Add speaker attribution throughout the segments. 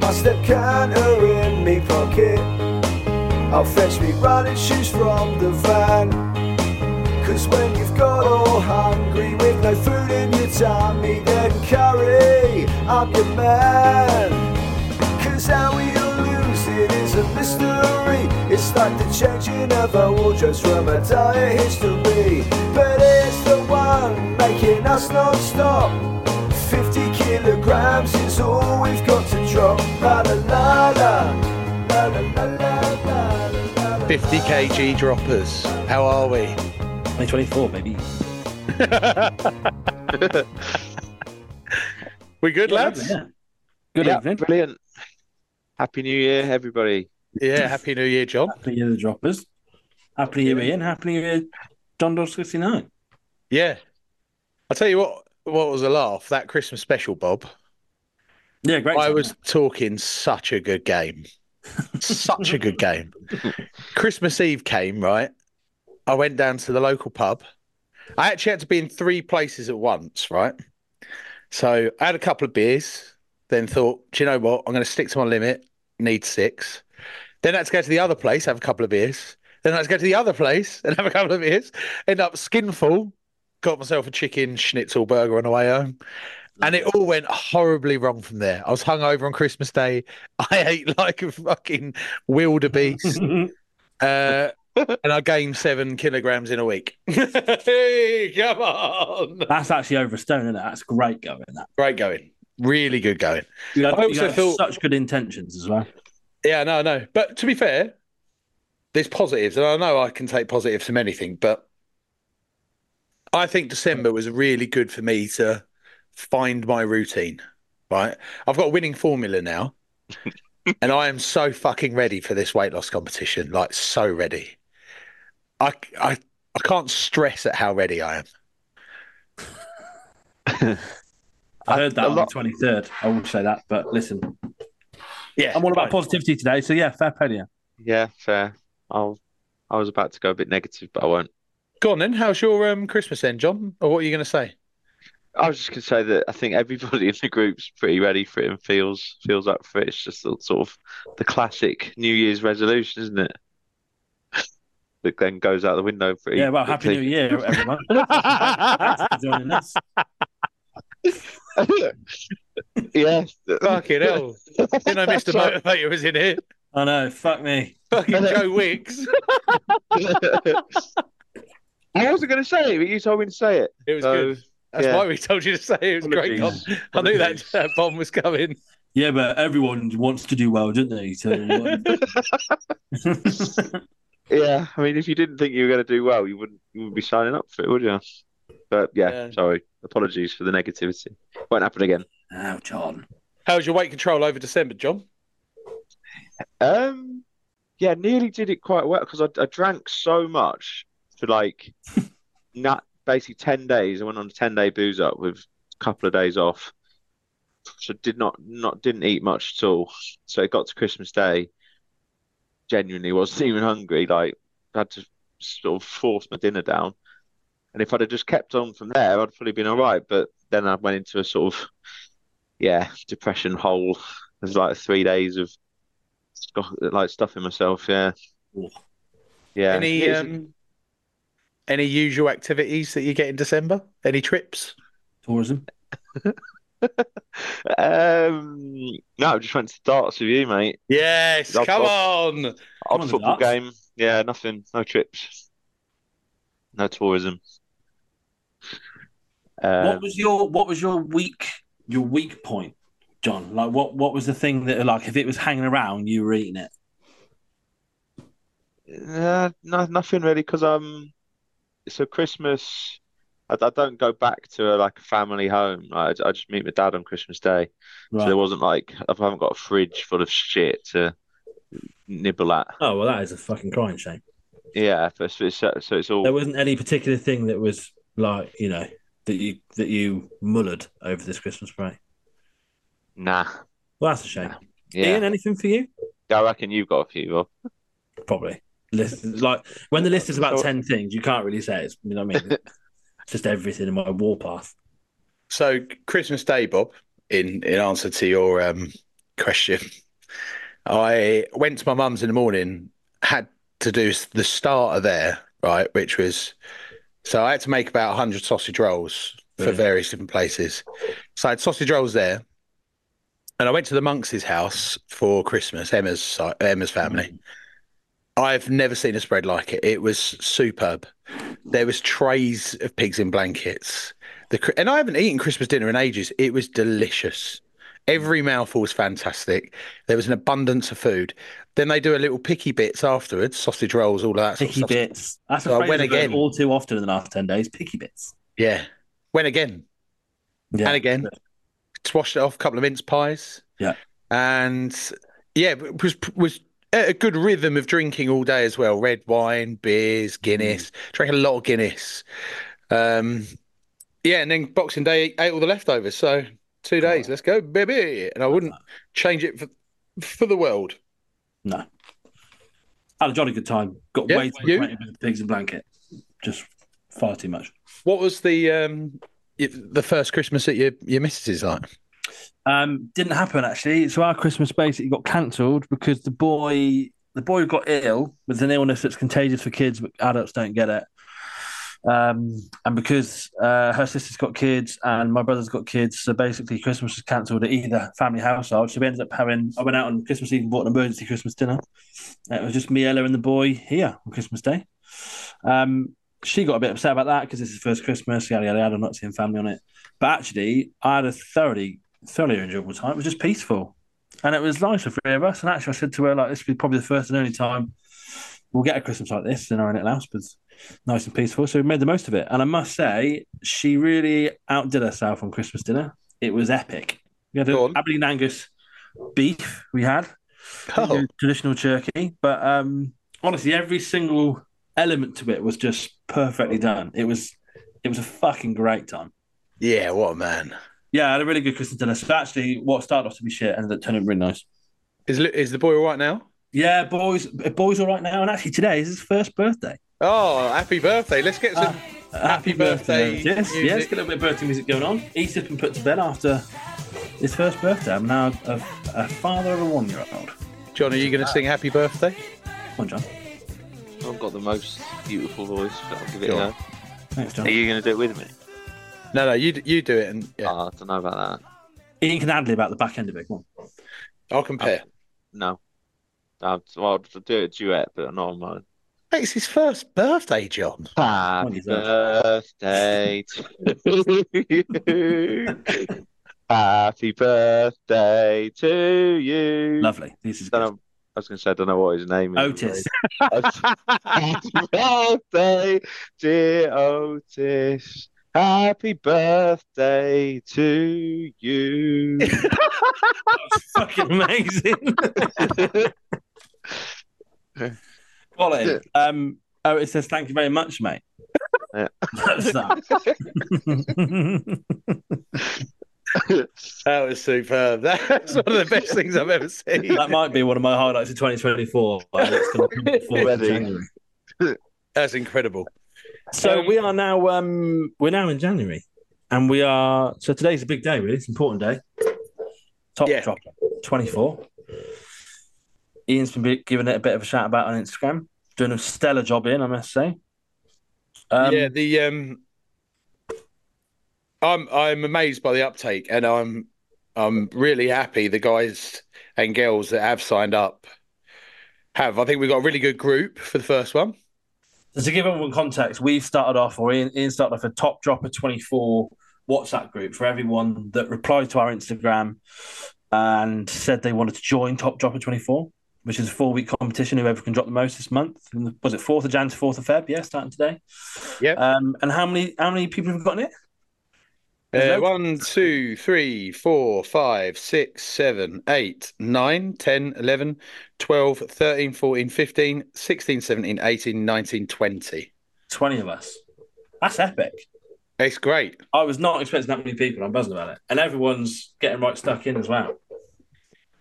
Speaker 1: My stepcounter in me pocket. I'll fetch me running shoes from the van. Cause when you've got all hungry with no food in your tummy, then curry, I'm your man. Cause how we'll lose it is a mystery. It's like the changing of our wardrobes from a dire history. But it's the one making us non stop. 50 kilograms is all we've got to drop. La la la la. La la la la la la la.
Speaker 2: 50 kg droppers. How are we?
Speaker 3: 2024, maybe.
Speaker 2: We good, lads?
Speaker 3: Yeah. Good
Speaker 4: Yeah,
Speaker 3: evening.
Speaker 4: Brilliant. Happy New Year, everybody.
Speaker 2: Yeah, happy new year, John.
Speaker 3: Happy New Year, the droppers. Happy New Year, Ian. Happy New Year, John Doe 69.
Speaker 2: Yeah. I'll tell you what what was a laugh, that Christmas special, Bob.
Speaker 3: Yeah, great.
Speaker 2: I
Speaker 3: time.
Speaker 2: was talking such a good game. such a good game. Christmas Eve came, right? I went down to the local pub. I actually had to be in three places at once, right? So I had a couple of beers, then thought, do you know what? I'm going to stick to my limit, need six. Then I had to go to the other place, have a couple of beers. Then I had to go to the other place and have a couple of beers. End up skinful, got myself a chicken schnitzel burger on the way home. And it all went horribly wrong from there. I was hungover on Christmas Day. I ate like a fucking wildebeest. uh, and I gained seven kilograms in a week. hey, come on.
Speaker 3: That's actually over a stone, isn't it? That's great going. That.
Speaker 2: Great going. Really good going.
Speaker 3: You had,
Speaker 2: I
Speaker 3: you
Speaker 2: also
Speaker 3: had
Speaker 2: feel-
Speaker 3: such good intentions as well.
Speaker 2: Yeah, no, no. But to be fair, there's positives. And I know I can take positives from anything, but I think December was really good for me to find my routine, right? I've got a winning formula now. and I am so fucking ready for this weight loss competition. Like, so ready. I, I, I can't stress at how ready I am.
Speaker 3: I heard that
Speaker 4: a
Speaker 3: on
Speaker 4: lot-
Speaker 3: the 23rd. I won't say that, but listen,
Speaker 2: Yeah.
Speaker 3: I'm all about
Speaker 2: right.
Speaker 3: positivity today. So, yeah, fair play to you.
Speaker 4: Yeah, fair. I'll, I was about to go a bit negative, but I won't.
Speaker 2: Go on then. How's your um, Christmas then, John? Or what are you going to say?
Speaker 4: I was just going to say that I think everybody in the group's pretty ready for it and feels feels up for it. It's just the- sort of the classic New Year's resolution, isn't it? That then goes out the window pretty
Speaker 3: Yeah, well, Happy New
Speaker 4: quickly.
Speaker 3: Year, everyone. Thanks for joining us.
Speaker 4: Yeah.
Speaker 2: Fucking hell. Didn't I miss the motivator was in here?
Speaker 3: I know, fuck me.
Speaker 2: Fucking Joe Wicks.
Speaker 4: I wasn't going to say it, but you told me to say it.
Speaker 2: It was
Speaker 4: So,
Speaker 2: good. That's
Speaker 4: yeah.
Speaker 2: why we told you to say it was great. Bob.
Speaker 4: Apologies.
Speaker 2: I knew that
Speaker 4: Apologies.
Speaker 2: uh, bomb was coming.
Speaker 3: Yeah, but everyone wants to do well, don't they? So, um,
Speaker 4: Yeah, I mean, if you didn't think you were going to do well, you wouldn't you wouldn't be signing up for it, would you? But yeah,
Speaker 2: Yeah.
Speaker 4: sorry. Apologies for the negativity. Won't happen again.
Speaker 3: now, John.
Speaker 2: How was your weight control over December, John?
Speaker 4: Um, yeah, nearly did it quite well because I, I drank so much for like not basically 10 days. I went on a 10 day booze up with a couple of days off. So did not not didn't eat much at all. So it got to Christmas Day. Genuinely wasn't even hungry. Like had to sort of force my dinner down. And if I'd have just kept on from there, I'd probably been all right. But then I went into a sort of yeah depression hole. There's like three days of sco- like stuffing myself. Yeah,
Speaker 3: Oof.
Speaker 4: yeah.
Speaker 2: Any
Speaker 4: It is-
Speaker 2: um, any usual activities that you get in December? Any trips?
Speaker 3: Tourism.
Speaker 4: Um, no, I just went to darts with you, mate.
Speaker 2: Yes,
Speaker 4: I'll-
Speaker 2: come on.
Speaker 4: Odd
Speaker 3: on to
Speaker 4: football
Speaker 3: darts.
Speaker 4: game. Yeah, nothing. No trips. No tourism. Um,
Speaker 3: what was your What was your weak Your weak point, John? Like, what What was the thing that, like, if it was hanging around, you were eating it?
Speaker 4: uh, no, nothing really, because um, so Christmas, I, I don't go back to a, like a family home. I, I just meet my dad on Christmas Day, so
Speaker 3: Right.
Speaker 4: there wasn't like I haven't got a fridge full of shit to nibble at.
Speaker 3: Oh well, that is a fucking crying shame.
Speaker 4: Yeah, but it's, it's- so it's all.
Speaker 3: There wasn't any particular thing that was like, you know, that you that you mullered over this Christmas break.
Speaker 4: Nah.
Speaker 3: Well, that's a shame.
Speaker 4: Yeah.
Speaker 3: Ian, anything for you?
Speaker 4: I reckon you've got a few, Bob.
Speaker 3: Probably. List, like when the list is about
Speaker 4: So-
Speaker 3: ten things, you can't really say it's. You know what I mean? It's just everything in my warpath.
Speaker 2: So Christmas Day, Bob. In in answer to your um question. I went to my mum's in the morning, had to do s- the starter there, right? Which was so I had to make about 100 sausage rolls for
Speaker 3: Yeah.
Speaker 2: various different places. So I had sausage rolls there. And I went to the monks' house for Christmas, Emma's si- Emma's family. I've never seen a spread like it. It was superb. There was trays of pigs in blankets. The cri- and I haven't eaten Christmas dinner in ages. It was delicious. Every mouthful was fantastic. There was an abundance of food. Then they do a little picky bits afterwards, sausage rolls, all of that. sort of
Speaker 3: Picky
Speaker 2: stuff.
Speaker 3: bits. That's
Speaker 2: So I
Speaker 3: a phrase
Speaker 2: went
Speaker 3: I've heard
Speaker 2: again.
Speaker 3: all too often in the last ten days. Picky bits.
Speaker 2: Yeah. Went again
Speaker 3: Yeah.
Speaker 2: and again. Swashed it off a couple of mince pies.
Speaker 3: Yeah.
Speaker 2: And yeah, it was was at a good rhythm of drinking all day as well. Red wine, beers, Guinness.
Speaker 3: Mm.
Speaker 2: Drank a lot of Guinness. Um, yeah, and then Boxing Day ate all the leftovers. So two
Speaker 3: Come
Speaker 2: days.
Speaker 3: on.
Speaker 2: Let's go, baby. And I wouldn't change it for for the world.
Speaker 3: No. Had a jolly good time. Got
Speaker 2: Yeah,
Speaker 3: way too
Speaker 2: you?
Speaker 3: acquainted with pigs and blanket. Just far too much.
Speaker 2: What was the um y- the first Christmas at your your missus's like?
Speaker 3: Um, didn't happen actually. So our Christmas basically got cancelled because the boy, the boy who got ill with an illness that's contagious for kids, but adults don't get it. Um, and because uh, her sister's got kids and my brother's got kids, so basically Christmas was cancelled at either family household. So we ended up having. I went out on Christmas Eve and bought an emergency Christmas dinner. It was just me, Ella, and the boy here on Christmas Day. Um, she got a bit upset about that because it's his first Christmas. Yada yada yada. I'm not seeing family on it, but actually, I had a thoroughly thoroughly enjoyable time. It was just peaceful. And it was nice for three of us. And actually, I said to her, like, this will be probably the first and only time we'll get a Christmas like this in our own little house, but it's nice and peaceful. So we made the most of it. And I must say, she really outdid herself on Christmas dinner. It was epic. We had
Speaker 2: Go
Speaker 3: an
Speaker 2: on.
Speaker 3: Aberdeen Angus beef, we had
Speaker 2: Oh,
Speaker 3: traditional turkey. But um, honestly, every single element to it was just perfectly done. It was, it was a fucking great time.
Speaker 2: yeah, what a man.
Speaker 3: Yeah, I had a really good Christmas dinner. So actually, what started off to be shit ended up turning really nice.
Speaker 2: Is Lu- is the boy all right now?
Speaker 3: Yeah, boys, boys, all right now. And actually, today is his first birthday.
Speaker 2: Oh, happy birthday. Let's get some. Ah.
Speaker 3: Uh,
Speaker 2: Happy birthday
Speaker 3: Yes,
Speaker 2: music.
Speaker 3: yes, got a little bit of birthday music going on. He's just been put to bed after his first birthday. I'm now a, a father of a one-year-old.
Speaker 2: John, are you going to sing happy birthday?
Speaker 3: Come on, John.
Speaker 4: I've got the most beautiful voice, but I'll give it
Speaker 2: Go
Speaker 4: a
Speaker 2: on.
Speaker 4: go.
Speaker 3: Thanks,
Speaker 4: Are
Speaker 3: John.
Speaker 4: you going to do it with me?
Speaker 2: No, no, you d- you do it, and yeah,
Speaker 4: Oh, I don't know about that.
Speaker 3: Ian can ad lib about the back end of it. Come on.
Speaker 2: I'll compare.
Speaker 4: No. I'll, I'll do a duet, but not on mine.
Speaker 2: It's his first birthday, John.
Speaker 4: Happy
Speaker 3: is
Speaker 4: birthday to you. Happy birthday to you.
Speaker 3: Lovely. This is
Speaker 4: Don't
Speaker 3: good.
Speaker 4: know- I was going to say, I don't know what his name is.
Speaker 3: Otis.
Speaker 4: Happy birthday, dear Otis. Happy birthday to you.
Speaker 3: fucking amazing. Colin, um, oh, it says thank you very much, mate.
Speaker 4: Yeah.
Speaker 3: That's that.
Speaker 2: That was superb. That's one of the best things I've ever seen.
Speaker 3: that might be one of my highlights of 2024. but it's gonna come before
Speaker 4: Ready.
Speaker 3: January.
Speaker 2: That's incredible.
Speaker 3: So we are now um, we're now in January, and we are so today's a big day, really. It's an important day. Top
Speaker 2: Yeah.
Speaker 3: dropper, 24. Ian's been be- giving it a bit of a shout about on Instagram, doing a stellar job in, I must say. Um,
Speaker 2: yeah, the um, I'm I'm amazed by the uptake, and I'm I'm really happy the guys and girls that have signed up have. I think we've got a really good group for the first one.
Speaker 3: So to give everyone context, we've started off, or Ian, Ian started off a top dropper 24 WhatsApp group for everyone that replied to our Instagram and said they wanted to join Top Dropper 24, which is a four week competition. Whoever can drop the most this month, From the- was it 4th of Jan to 4th of Feb? Yeah, starting today.
Speaker 2: Yep.
Speaker 3: Um, and how many how many people have we got in it?
Speaker 2: Uh,
Speaker 3: There's loads.
Speaker 2: one, two, three, four, five, six, seven, eight, nine, 10, 11, 12, 13, 14, 15, 16, 17, 18, 19, 20.
Speaker 3: 20 of us. That's epic.
Speaker 2: It's great.
Speaker 3: I was not expecting that many people. I'm buzzing about it. And everyone's getting right stuck in as well.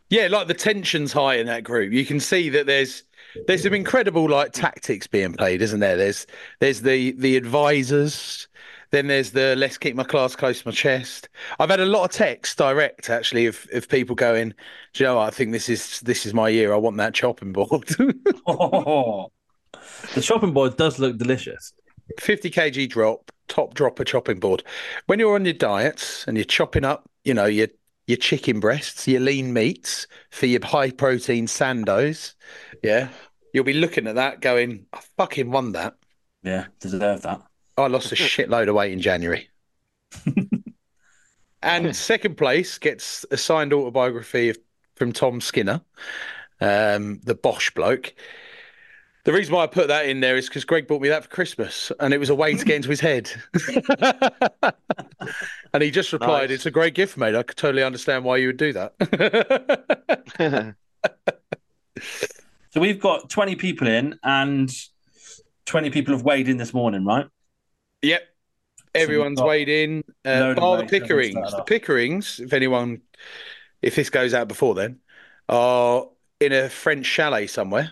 Speaker 2: Yeah, like the tension's high in that group. You can see that there's there's some incredible like tactics being played, isn't there? There's there's the the advisors, Then there's the let's keep my cards close to my chest. I've had a lot of texts direct actually of, of people going, Do you know what? I think this is this is my year. I want that chopping board.
Speaker 3: the chopping board does look delicious.
Speaker 2: 50 kg drop, top dropper chopping board. When you're on your diets and you're chopping up, you know, your your chicken breasts, your lean meats for your high protein sandos, yeah, you'll be looking at that going, I fucking won that.
Speaker 3: Yeah, deserve that.
Speaker 2: I lost a shitload of weight in January. and second place gets a signed autobiography of, from Tom Skinner, um, the Bosch bloke. The reason why I put that in there is because Greg bought me that for Christmas, and it was a way to get into his head. and he just replied,
Speaker 4: Nice.
Speaker 2: "It's a great gift, mate. I could totally understand why you would do that."
Speaker 3: So we've got 20 people in, and 20 people have weighed in this morning, right?
Speaker 2: yep, everyone's
Speaker 3: got
Speaker 2: weighed in. Uh,
Speaker 3: load of
Speaker 2: bar the
Speaker 3: weight that we
Speaker 2: Pickerings.
Speaker 3: started
Speaker 2: The
Speaker 3: off.
Speaker 2: Pickerings, if anyone, if this goes out before then, are in a French chalet somewhere,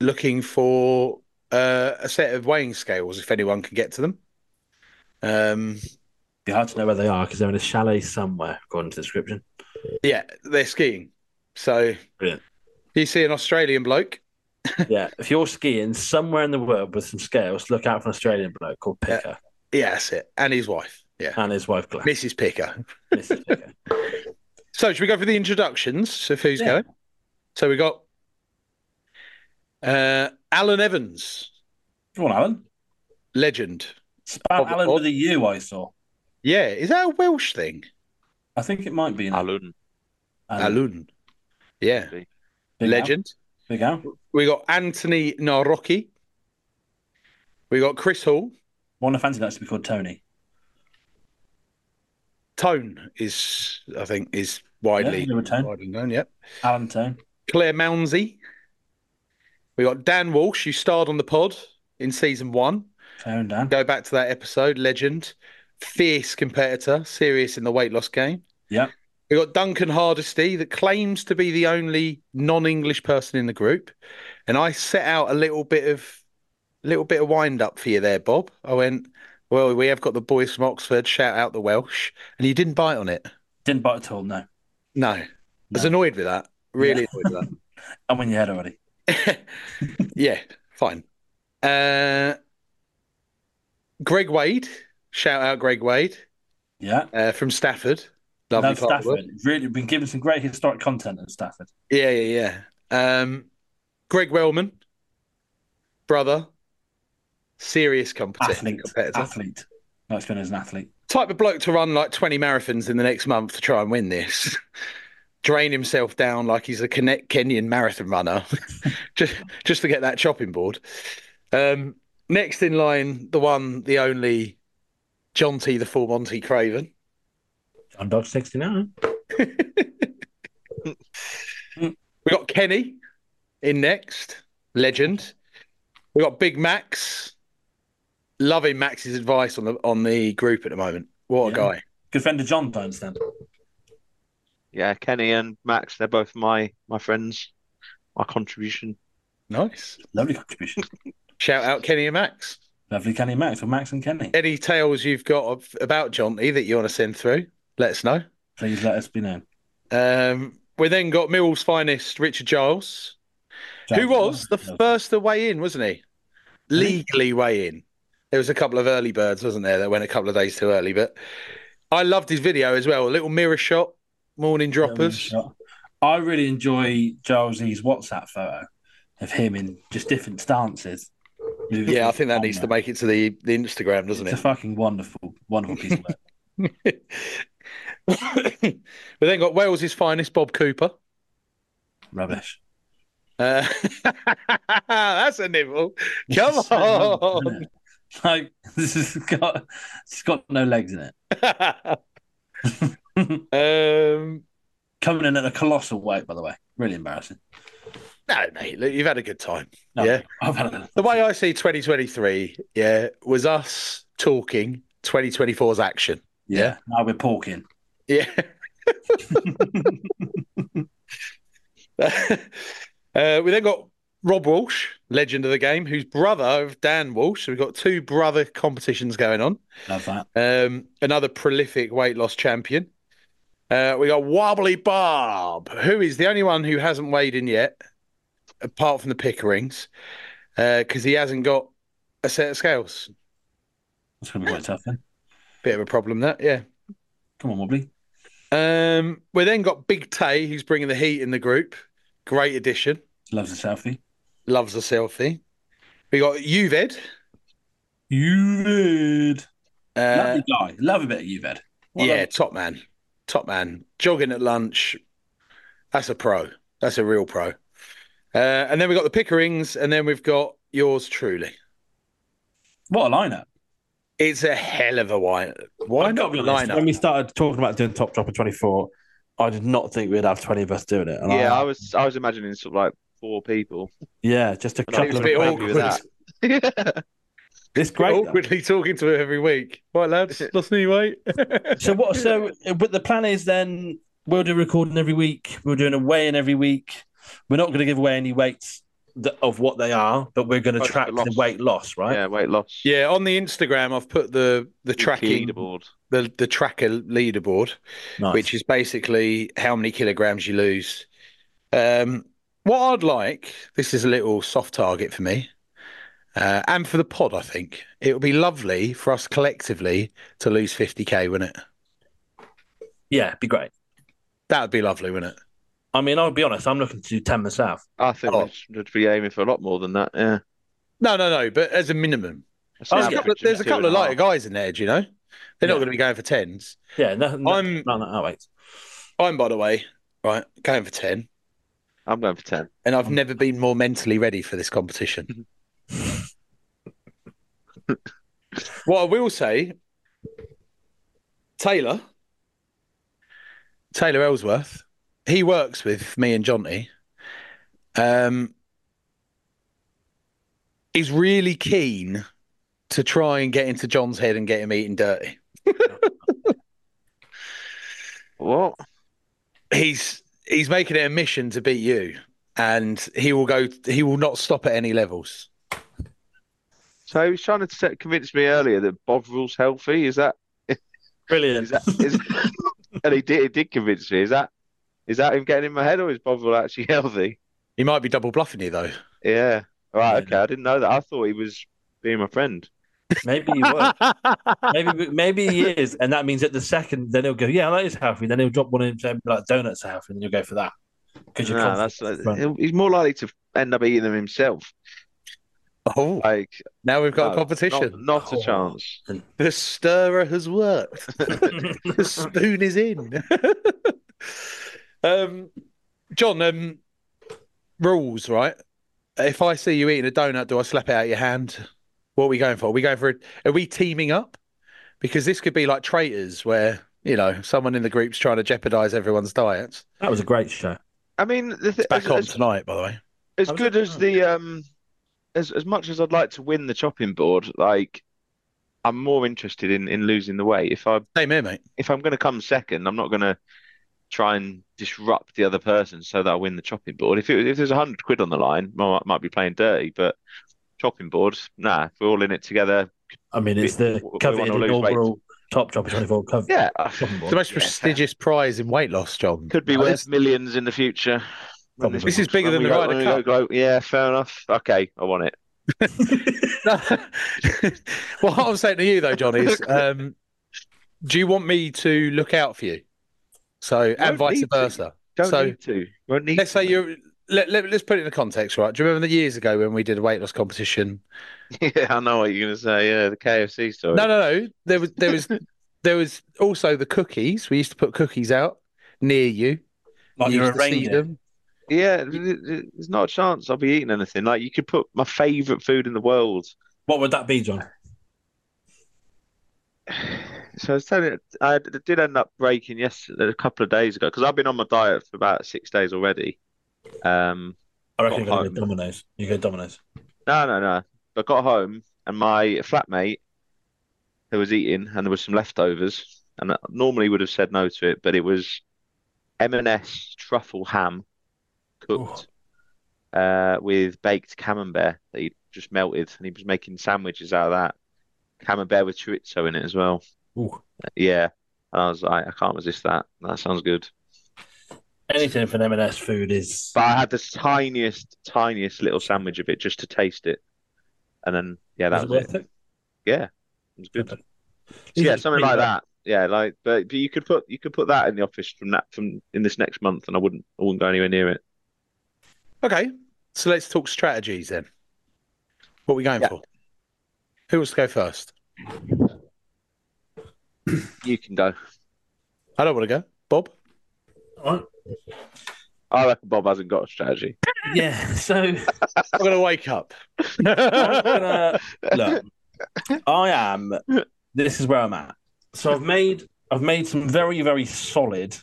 Speaker 2: looking for uh, a set of weighing scales. If anyone can get to them. Um,
Speaker 3: Be hard to know where they are because they're in a chalet somewhere, according to the description.
Speaker 2: Yeah, they're skiing. So
Speaker 3: Brilliant.
Speaker 2: you see an Australian bloke.
Speaker 3: yeah, if you're skiing somewhere in the world with some scales, look out for an Australian bloke called
Speaker 2: Yeah.
Speaker 3: Picker
Speaker 2: Yeah, that's it. And his wife. Yeah.
Speaker 3: and his wife Glenn.
Speaker 2: Mrs. Picker.
Speaker 3: Mrs. Picker.
Speaker 2: So should we go for the introductions of who's
Speaker 3: Yeah.
Speaker 2: going? So we got uh Alan Evans,
Speaker 3: Go on, Alan.
Speaker 2: legend.
Speaker 3: Spell
Speaker 2: Of-
Speaker 3: Alan
Speaker 2: of-
Speaker 3: with a U, I saw.
Speaker 2: Yeah, is that a Welsh thing?
Speaker 3: I think it might be an
Speaker 4: Alun.
Speaker 2: Alun. Yeah.
Speaker 3: Big Al.
Speaker 2: legend.
Speaker 3: Big Al.
Speaker 2: We got Anthony Narocki. We got Chris Hall.
Speaker 3: One of fancy likes to be called Tony.
Speaker 2: Tone is I think is
Speaker 3: Yeah,
Speaker 2: widely,
Speaker 3: they were Tone.
Speaker 2: widely known, yep.
Speaker 3: Alan Tone.
Speaker 2: Claire Mounsey. We got Dan Walsh, who starred on the pod in season one.
Speaker 3: Tone Dan.
Speaker 2: Go back to that episode, legend, fierce competitor, serious in the weight loss game.
Speaker 3: Yep.
Speaker 2: We got Duncan Hardesty, that claims to be the only non-English person in the group, and I set out a little bit of little bit of wind up for you there, Bob. I went, well, we have got the boys from Oxford. Shout out the Welsh, and you didn't bite on it.
Speaker 3: Didn't bite at all, no.
Speaker 2: No, I was
Speaker 3: No.
Speaker 2: annoyed with that. Really annoyed with that.
Speaker 3: I'm in your head already.
Speaker 2: yeah, fine. Uh, Greg Wade, shout out Greg Wade
Speaker 3: Yeah.
Speaker 2: uh, from Stafford. Lovely
Speaker 3: Love
Speaker 2: part of the world.
Speaker 3: Stafford. Really been given some great historic content at Stafford.
Speaker 2: Yeah, yeah, yeah. Um, Greg Wellman, brother, serious competi-
Speaker 3: Athlete.
Speaker 2: competitor.
Speaker 3: Athlete. That's been as an athlete.
Speaker 2: Type of bloke to run like 20 marathons in the next month to try and win this. Drain himself down like he's a Kene- Kenyan marathon runner just, just to get that chopping board. Um, next in line, the one, the only John T. the full Monty Craven.
Speaker 3: John Dodge 69.
Speaker 2: We got Kenny in next, legend. We got Big Max. Loving Max's advice on the on the group at the moment. What a
Speaker 3: Yeah.
Speaker 2: guy.
Speaker 3: Good friend of John, I understand.
Speaker 4: Yeah, Kenny and Max, they're both my my friends. My contribution.
Speaker 2: Nice.
Speaker 3: Lovely contribution.
Speaker 2: Shout out Kenny and Max.
Speaker 3: Lovely Kenny Max or Max and Kenny.
Speaker 2: Any tales you've got of, about Jonty that you want to send through, let us know.
Speaker 3: Please let us be known.
Speaker 2: Um, we then got Millwall's finest, Richard Giles,
Speaker 3: Jack-
Speaker 2: who was the
Speaker 3: Lovely.
Speaker 2: first to weigh in, wasn't he? Legally weigh in. There was a couple of early birds, wasn't there, that went a couple of days too early. But I loved his video as well. A little mirror shot, morning droppers.
Speaker 3: Shot. I really enjoy Giles's WhatsApp photo of him in just different stances.
Speaker 2: Yeah, I think that
Speaker 3: Oh,
Speaker 2: needs to make it to the, the Instagram, doesn't
Speaker 3: It's a fucking wonderful, wonderful piece of work.
Speaker 2: it? we then got Wales's finest, Bob Cooper.
Speaker 3: Rubbish.
Speaker 2: Uh, that's a nibble. Come
Speaker 3: It's so rubbish,
Speaker 2: on.
Speaker 3: isn't it? Like this has got it's got no legs in it.
Speaker 2: um,
Speaker 3: Coming in at a colossal weight, by the way. Really embarrassing.
Speaker 2: no, mate, look, you've had a good time.
Speaker 3: No,
Speaker 2: Yeah.
Speaker 3: I've had a
Speaker 2: The way I see 2023, yeah, was us talking 2024's action.
Speaker 3: yeah.
Speaker 2: Yeah.
Speaker 3: Now we're porking.
Speaker 2: Yeah. uh, we then got Rob Walsh, legend of the game, who's brother of Dan Walsh. So we've got two brother competitions going on.
Speaker 3: Love that.
Speaker 2: Um, another prolific weight loss champion. Uh, we got Wobbly Bob, who is the only one who hasn't weighed in yet, apart from the Pickerings, because he hasn't got a set of scales.
Speaker 3: That's going to be quite tough then.
Speaker 2: Bit of a problem, that, yeah.
Speaker 3: Come on, Wobbly.
Speaker 2: Um, we then got Big Tay, who's bringing the heat in the group. Great addition.
Speaker 3: Loves a selfie.
Speaker 2: Loves a selfie. We got Uved.
Speaker 3: Uved.
Speaker 2: Uh,
Speaker 3: Lovely guy. Love a bit of Uved. What a
Speaker 2: yeah, top man. Top man. Jogging at lunch. That's a pro. That's a real pro. Uh, and then we've got the Pickerings, and then we've got yours truly.
Speaker 3: What a lineup.
Speaker 2: It's a hell of a wine. Why
Speaker 3: I've got
Speaker 2: not
Speaker 3: to be honest,
Speaker 2: line
Speaker 3: When
Speaker 2: up?
Speaker 3: we started talking about doing Top Dropper 24, I did not think we'd have 20 of us doing it. And
Speaker 4: Yeah, I was I was imagining sort of like four people.
Speaker 3: yeah, just a
Speaker 4: I think
Speaker 2: It
Speaker 3: couple
Speaker 2: was a
Speaker 3: of
Speaker 2: bit
Speaker 4: happy with
Speaker 2: awkward.
Speaker 4: that. yeah,
Speaker 3: It's great. though.
Speaker 2: Awkwardly talking to her every week. Right, lads, lost any weight?
Speaker 3: So what? So, but the plan is then we'll do recording every week. We're doing a weigh in every week. We're not going to give away any weights th- of what they are, but we're going to
Speaker 4: Oh, it's
Speaker 3: track
Speaker 4: the
Speaker 3: the,
Speaker 4: loss.
Speaker 3: weight loss, right?
Speaker 4: weight loss.
Speaker 2: yeah, on the Instagram, I've put the the
Speaker 4: Weekly
Speaker 2: tracking
Speaker 4: leaderboard.
Speaker 2: the the tracker leaderboard,
Speaker 3: Nice.
Speaker 2: which is basically how many kilograms you lose. Um, what I'd like, this is a little soft target for me, uh, and for the pod, I think it would be lovely for us collectively to lose 50k, wouldn't it?
Speaker 3: yeah, be great.
Speaker 2: That would be lovely, wouldn't it?
Speaker 3: I mean, I'll be honest. I'm looking to do 10 myself.
Speaker 4: I think
Speaker 2: Oh.
Speaker 4: we should be aiming for a lot more than that. Yeah.
Speaker 2: No, no, no, but as a minimum.
Speaker 4: That's
Speaker 2: There's,
Speaker 4: the
Speaker 2: a
Speaker 3: yeah.
Speaker 2: couple, of,
Speaker 4: average
Speaker 2: there's a
Speaker 4: two
Speaker 2: couple of
Speaker 4: and a
Speaker 2: lighter
Speaker 4: half.
Speaker 2: guys in there, do you know? They're not
Speaker 3: Yeah.
Speaker 2: going to be going for tens.
Speaker 3: Yeah, nothing.
Speaker 2: I'm-
Speaker 3: nothing around that weight.
Speaker 2: I'm, by the way, right, going for 10,
Speaker 4: I'm going for ten.
Speaker 2: and I've never been more mentally ready for this competition. what I will say, Taylor, Taylor Ellsworth, he works with me and Jonty. Um, is really keen to try and get into John's head and get him eating dirty.
Speaker 4: What?
Speaker 2: he's he's making it a mission to beat you, and he will go. He will not stop at any levels.
Speaker 4: So he was trying to set, convince me earlier that Bovril's healthy. Is that? Is
Speaker 3: Brilliant.
Speaker 4: that? Is, and he did. He did convince me. Is that? Is that him getting in my head, or is Bovril actually healthy?
Speaker 2: He might be double bluffing you though.
Speaker 4: Yeah. All right.
Speaker 3: Yeah.
Speaker 4: Okay. I didn't know that. I thought he was being my friend.
Speaker 3: Maybe he was. Maybe maybe he is, and that means that the second, then he'll go, yeah, that is healthy. Then he'll drop one in, say, like donuts are healthy, and you'll go for that because you're
Speaker 4: No, that's,
Speaker 3: confident.
Speaker 4: he'll- he's more likely to end up eating them himself.
Speaker 2: oh,
Speaker 4: Like
Speaker 2: now we've got
Speaker 4: no,
Speaker 2: a competition.
Speaker 4: Not, not
Speaker 3: Oh.
Speaker 4: a chance.
Speaker 2: The stirrer has worked. the spoon is in. um, John, um, rules right. If I see you eating a donut, do I slap it out of your hand? What are we going for? Are we going for? A, are we teaming up? Because this could be like traitors, where you know someone in the group's trying to jeopardize everyone's diets.
Speaker 3: That was a great show.
Speaker 4: I mean, the th-
Speaker 2: Back
Speaker 4: as,
Speaker 2: on
Speaker 4: as,
Speaker 2: tonight, by the way.
Speaker 4: as
Speaker 3: I was
Speaker 4: good
Speaker 3: like,
Speaker 4: as
Speaker 3: oh.
Speaker 4: the um, as as much as I'd like to win the chopping board, like I'm more interested in in losing the weight. If I
Speaker 2: Same here, mate.
Speaker 4: if I'm going to come second, I'm not going to try and disrupt the other person so that I win the chopping board. If it, if there's a hundred quid on the line, I might, might be playing dirty, but chopping board, nah. If we're all in it together,
Speaker 3: I mean, it's the
Speaker 4: We- we
Speaker 3: coveted
Speaker 4: wanna lose
Speaker 3: inaugural top job 24 cover.
Speaker 4: yeah,
Speaker 3: Chopping board.
Speaker 2: It's the most
Speaker 4: Yeah.
Speaker 2: prestigious prize in weight loss, John.
Speaker 4: Uh, Could be
Speaker 2: Like,
Speaker 4: worth millions in the future. When
Speaker 3: Probably.
Speaker 2: This is bigger than
Speaker 4: when we
Speaker 2: the
Speaker 4: go-
Speaker 2: Ryder
Speaker 4: when we go
Speaker 2: Cup.
Speaker 4: glo- yeah, fair enough. Okay, I want it.
Speaker 2: No. well, what I'm saying to you though, John, is um, do you want me to look out for you? So and
Speaker 4: don't
Speaker 2: vice
Speaker 4: need to.
Speaker 2: versa.
Speaker 4: Don't
Speaker 2: So-
Speaker 4: need to. Don't need
Speaker 2: Let's
Speaker 4: to,
Speaker 2: say
Speaker 4: mate.
Speaker 2: you're. Let, let, us put it in the context, right? Do you remember the years ago when we did a weight loss competition?
Speaker 4: Yeah, I know what you're gonna say. Yeah, the KFC story.
Speaker 2: No, no, no. There was there was there was also the cookies. We used to put cookies out near you.
Speaker 3: Like
Speaker 2: you
Speaker 3: you're
Speaker 2: used
Speaker 3: a
Speaker 2: to see
Speaker 3: reindeer.
Speaker 2: them.
Speaker 4: Yeah, th- th- th- there's not a chance I'll be eating anything. Like you could put my favorite food in the world.
Speaker 3: What would that be, John?
Speaker 4: So I was telling you, I d- did end up breaking yesterday, a couple of days ago, because I've been on my diet for about six days already. Um,
Speaker 3: I reckon you're
Speaker 4: Got
Speaker 3: going to go Domino's. You go Domino's.
Speaker 4: No, no, no. I got home and my flatmate who was eating and there was some leftovers and I normally would have said no to it, but it was M&S truffle ham cooked uh, with baked camembert that he just melted, and he was making sandwiches out of that camembert with chorizo in it as well.
Speaker 3: Ooh.
Speaker 4: Yeah, and I was like, I can't resist that. That sounds good.
Speaker 3: Anything from M&S food is.
Speaker 4: But I had this tiniest, tiniest little sandwich of it just to taste it, and then yeah, that
Speaker 3: is it
Speaker 4: was it.
Speaker 3: worth it?
Speaker 4: Yeah, it was good.
Speaker 3: Perfect.
Speaker 4: So, yeah,
Speaker 3: Easy.
Speaker 4: something like that. Yeah, like but, but you could put you could put that in the office from that from in this next month, and I wouldn't I wouldn't go anywhere near it.
Speaker 2: Okay, so let's talk strategies then. What are we going
Speaker 4: Yeah.
Speaker 2: for? Who wants to go first?
Speaker 4: You can go.
Speaker 2: I don't want to go. Bob?
Speaker 3: Alright.
Speaker 4: I reckon Bob hasn't got a strategy.
Speaker 3: Yeah. So
Speaker 2: I'm going to wake up.
Speaker 3: I'm gonna, uh, look, I am. This is where I'm at. So I've made I've made some very very solid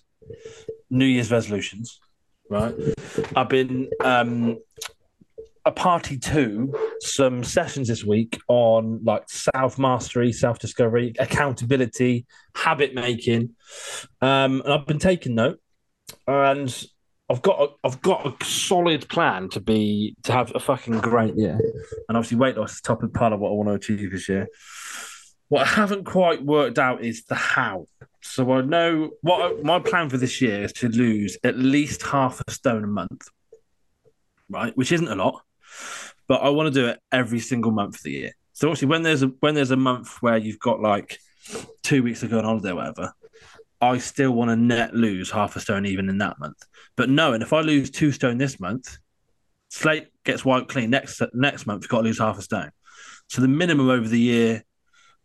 Speaker 3: New Year's resolutions. Right, I've been um, a party to some sessions this week on like self mastery, self discovery, accountability, habit making, um, and I've been taking note. And I've got a, I've got a solid plan to be to have a fucking great year and obviously weight loss is top of part of what I want to achieve this year. What I haven't quite worked out is the how. So I know what I- my plan for this year is to lose at least half a stone a month, right? Which isn't a lot, but I want to do it every single month of the year. So obviously, when there's a when there's a month where you've got like two weeks to go on holiday or whatever, I still want to net lose half a stone even in that month. But knowing if I lose two stone this month, Slate gets wiped clean next next month. You've got to lose half a stone. So the minimum over the year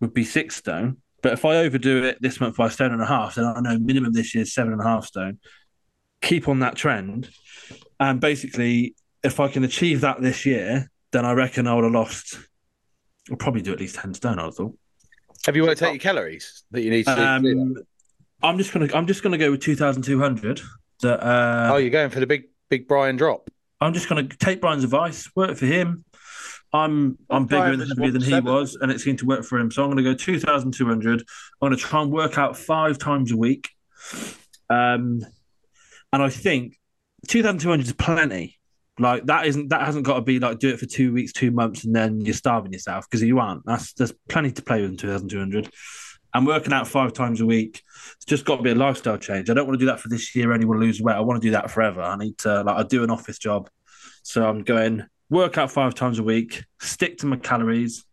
Speaker 3: would be six stone. But if I overdo it this month by a stone and a half, then I know minimum this year is seven and a half stone. Keep on that trend, and basically, if I can achieve that this year, then I reckon I would have lost. I'll probably do at least ten stone. I would have thought.
Speaker 2: Have you worked out your calories that you need to do? to do that?
Speaker 3: Um, I'm just gonna I'm just gonna go with two thousand two hundred. That uh,
Speaker 2: oh, you're going for the big, big Brian drop.
Speaker 3: I'm just going to take Brian's advice, work for him. I'm I'm
Speaker 4: Well, Brian
Speaker 3: bigger in the
Speaker 4: was
Speaker 3: interview than he
Speaker 4: 1.7.
Speaker 3: was, and it seemed to work for him. So I'm going to go 2,200. I'm going to try and work out five times a week. Um, and I think 2,200 is plenty. Like that isn't that hasn't got to be like do it for two weeks, two months, and then you're starving yourself because you aren't. That's there's plenty to play with in 2,200. I'm working out five times a week. It's just got to be a lifestyle change. I don't want to do that for this year. I only want to lose weight. I want to do that forever. I need to like I do an office job. So I'm going work out five times a week, stick to my calories,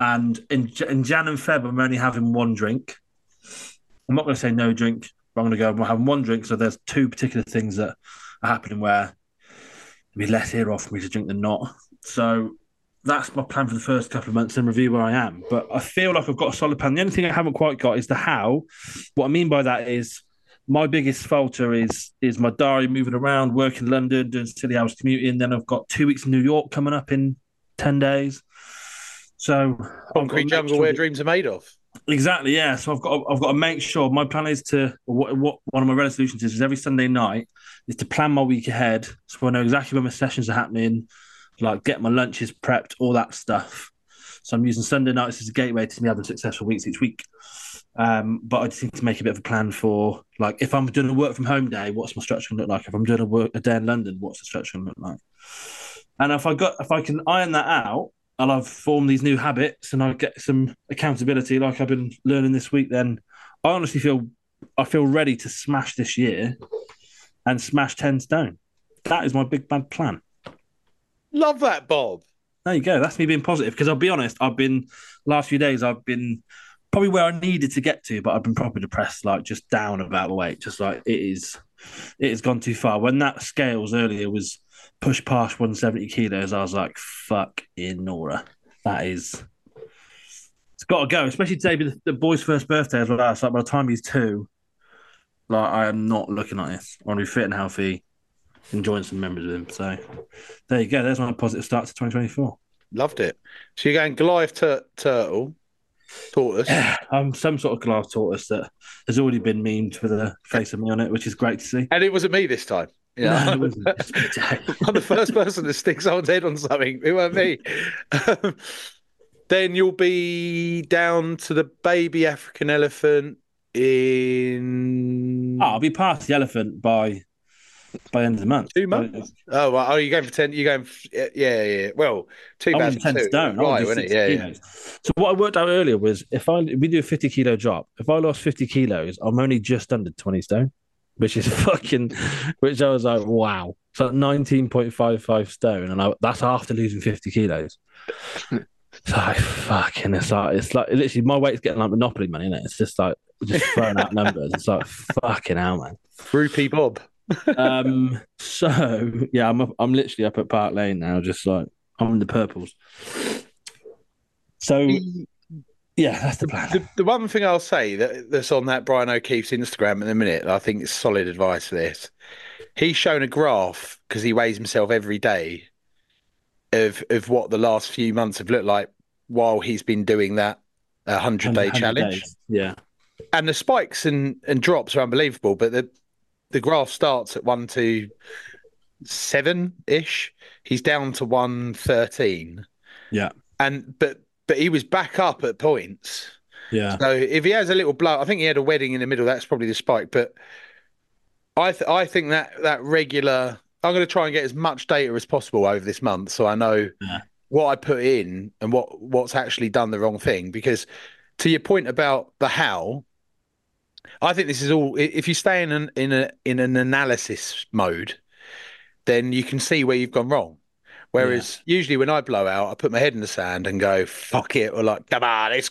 Speaker 3: and in, J- in Jan and Feb I'm only having one drink. I'm not going to say no drink, but I'm going to go. I'm having one drink. So there's two particular things that are happening where it'd be less here off for me to drink than not. So that's my plan for the first couple of months and review where I am. But I feel like I've got a solid plan. The only thing I haven't quite got is the how. What I mean by that is my biggest falter is is my diary moving around, working London, doing silly hours commuting. Then I've got two weeks in New York coming up in ten days. So I've got to
Speaker 2: Concrete
Speaker 3: make
Speaker 2: jungle
Speaker 3: sure
Speaker 2: where
Speaker 3: that-
Speaker 2: dreams are made of.
Speaker 3: Exactly. Yeah. So I've got I've got to make sure my plan is to what, what one of my resolutions is, is every Sunday night is to plan my week ahead so I know exactly when my sessions are happening, like get my lunches prepped, all that stuff. So I'm using Sunday nights as a gateway to me having successful weeks each week. Um, but I just need to make a bit of a plan for like if I'm doing a work from home day, what's my structure gonna look like? If I'm doing a work a day in London, what's the structure gonna look like? And if I got if I can iron that out, and I've formed these new habits and I get some accountability like I've been learning this week, then I honestly feel I feel ready to smash this year and smash 10 stone. That is my big bad plan.
Speaker 2: Love that, Bob.
Speaker 3: There you go. That's me being positive because I'll be honest, I've been last few days I've been probably where I needed to get to, but I've been properly depressed, like just down about the weight. Just like it is it has gone too far. When that scales earlier was pushed past 170 kilos, I was like, fuck in Nora. That is it's gotta go, especially today being the boy's first birthday as well. It's like by the time he's two, like I am not looking like this. I want to be fit and healthy, enjoying some memories with him. So there you go. There's my positive start to 2024.
Speaker 2: Loved it. So you're going Goliath tur- turtle, tortoise.
Speaker 3: I'm some sort of glass tortoise that has already been memed with a face of me on it, which is great to see.
Speaker 2: and it wasn't me this time. Yeah.
Speaker 3: No, it wasn't. It's been a day.
Speaker 2: I'm the first person that sticks someone's head on something. It weren't me. Um, then you'll be down to the baby African elephant in.
Speaker 3: Ah, Oh, I'll be past the elephant by by the end of the month.
Speaker 2: Two months? Oh, well, oh, you're going for ten. You're going, f- yeah, yeah. yeah. Well, two
Speaker 3: I
Speaker 2: thousand
Speaker 3: wasn't 10 Oh, stone. I was
Speaker 2: right?
Speaker 3: just
Speaker 2: Wasn't it?
Speaker 3: 60
Speaker 2: Yeah, yeah.
Speaker 3: kilos. So what I worked out earlier was if I if we do a 50 kilo drop, if I lost 50 kilos, I'm only just under 20 stone, which is fucking, which I was like, wow. So 19.55 stone, and I, that's after losing 50 kilos. It's like fucking. It's like it's like literally my weight's getting like monopoly money, innit? It's just like just throwing out numbers. It's like fucking hell, man
Speaker 2: Rupee Bob.
Speaker 3: um so yeah i'm up, i'm literally up at park lane now just like i'm in the purples so yeah that's the plan
Speaker 2: The, the one thing I'll say that that's on that Brian O'Keefe's Instagram at the minute, that I think is solid advice for this. He's shown a graph because he weighs himself every day of of what the last few months have looked like while he's been doing that uh, hundred day
Speaker 3: 100
Speaker 2: challenge.
Speaker 3: days. yeah
Speaker 2: And the spikes and, and drops are unbelievable, but the the graph starts at one to seven ish. He's down to one thirteen.
Speaker 3: Yeah.
Speaker 2: And but but he was back up at points.
Speaker 3: yeah
Speaker 2: So if he has a little blow, I think he had a wedding in the middle. That's probably the spike. But I th- I think that that regular. I'm going to try and get as much data as possible over this month, so I know
Speaker 3: Yeah.
Speaker 2: what I put in and what what's actually done the wrong thing. Because to your point about the how, I think this is all. i- If you stay in an in a in an analysis mode, then you can see where you've gone wrong. Whereas usually when I blow out, I put my head in the sand and go "fuck it" or like "come on, it's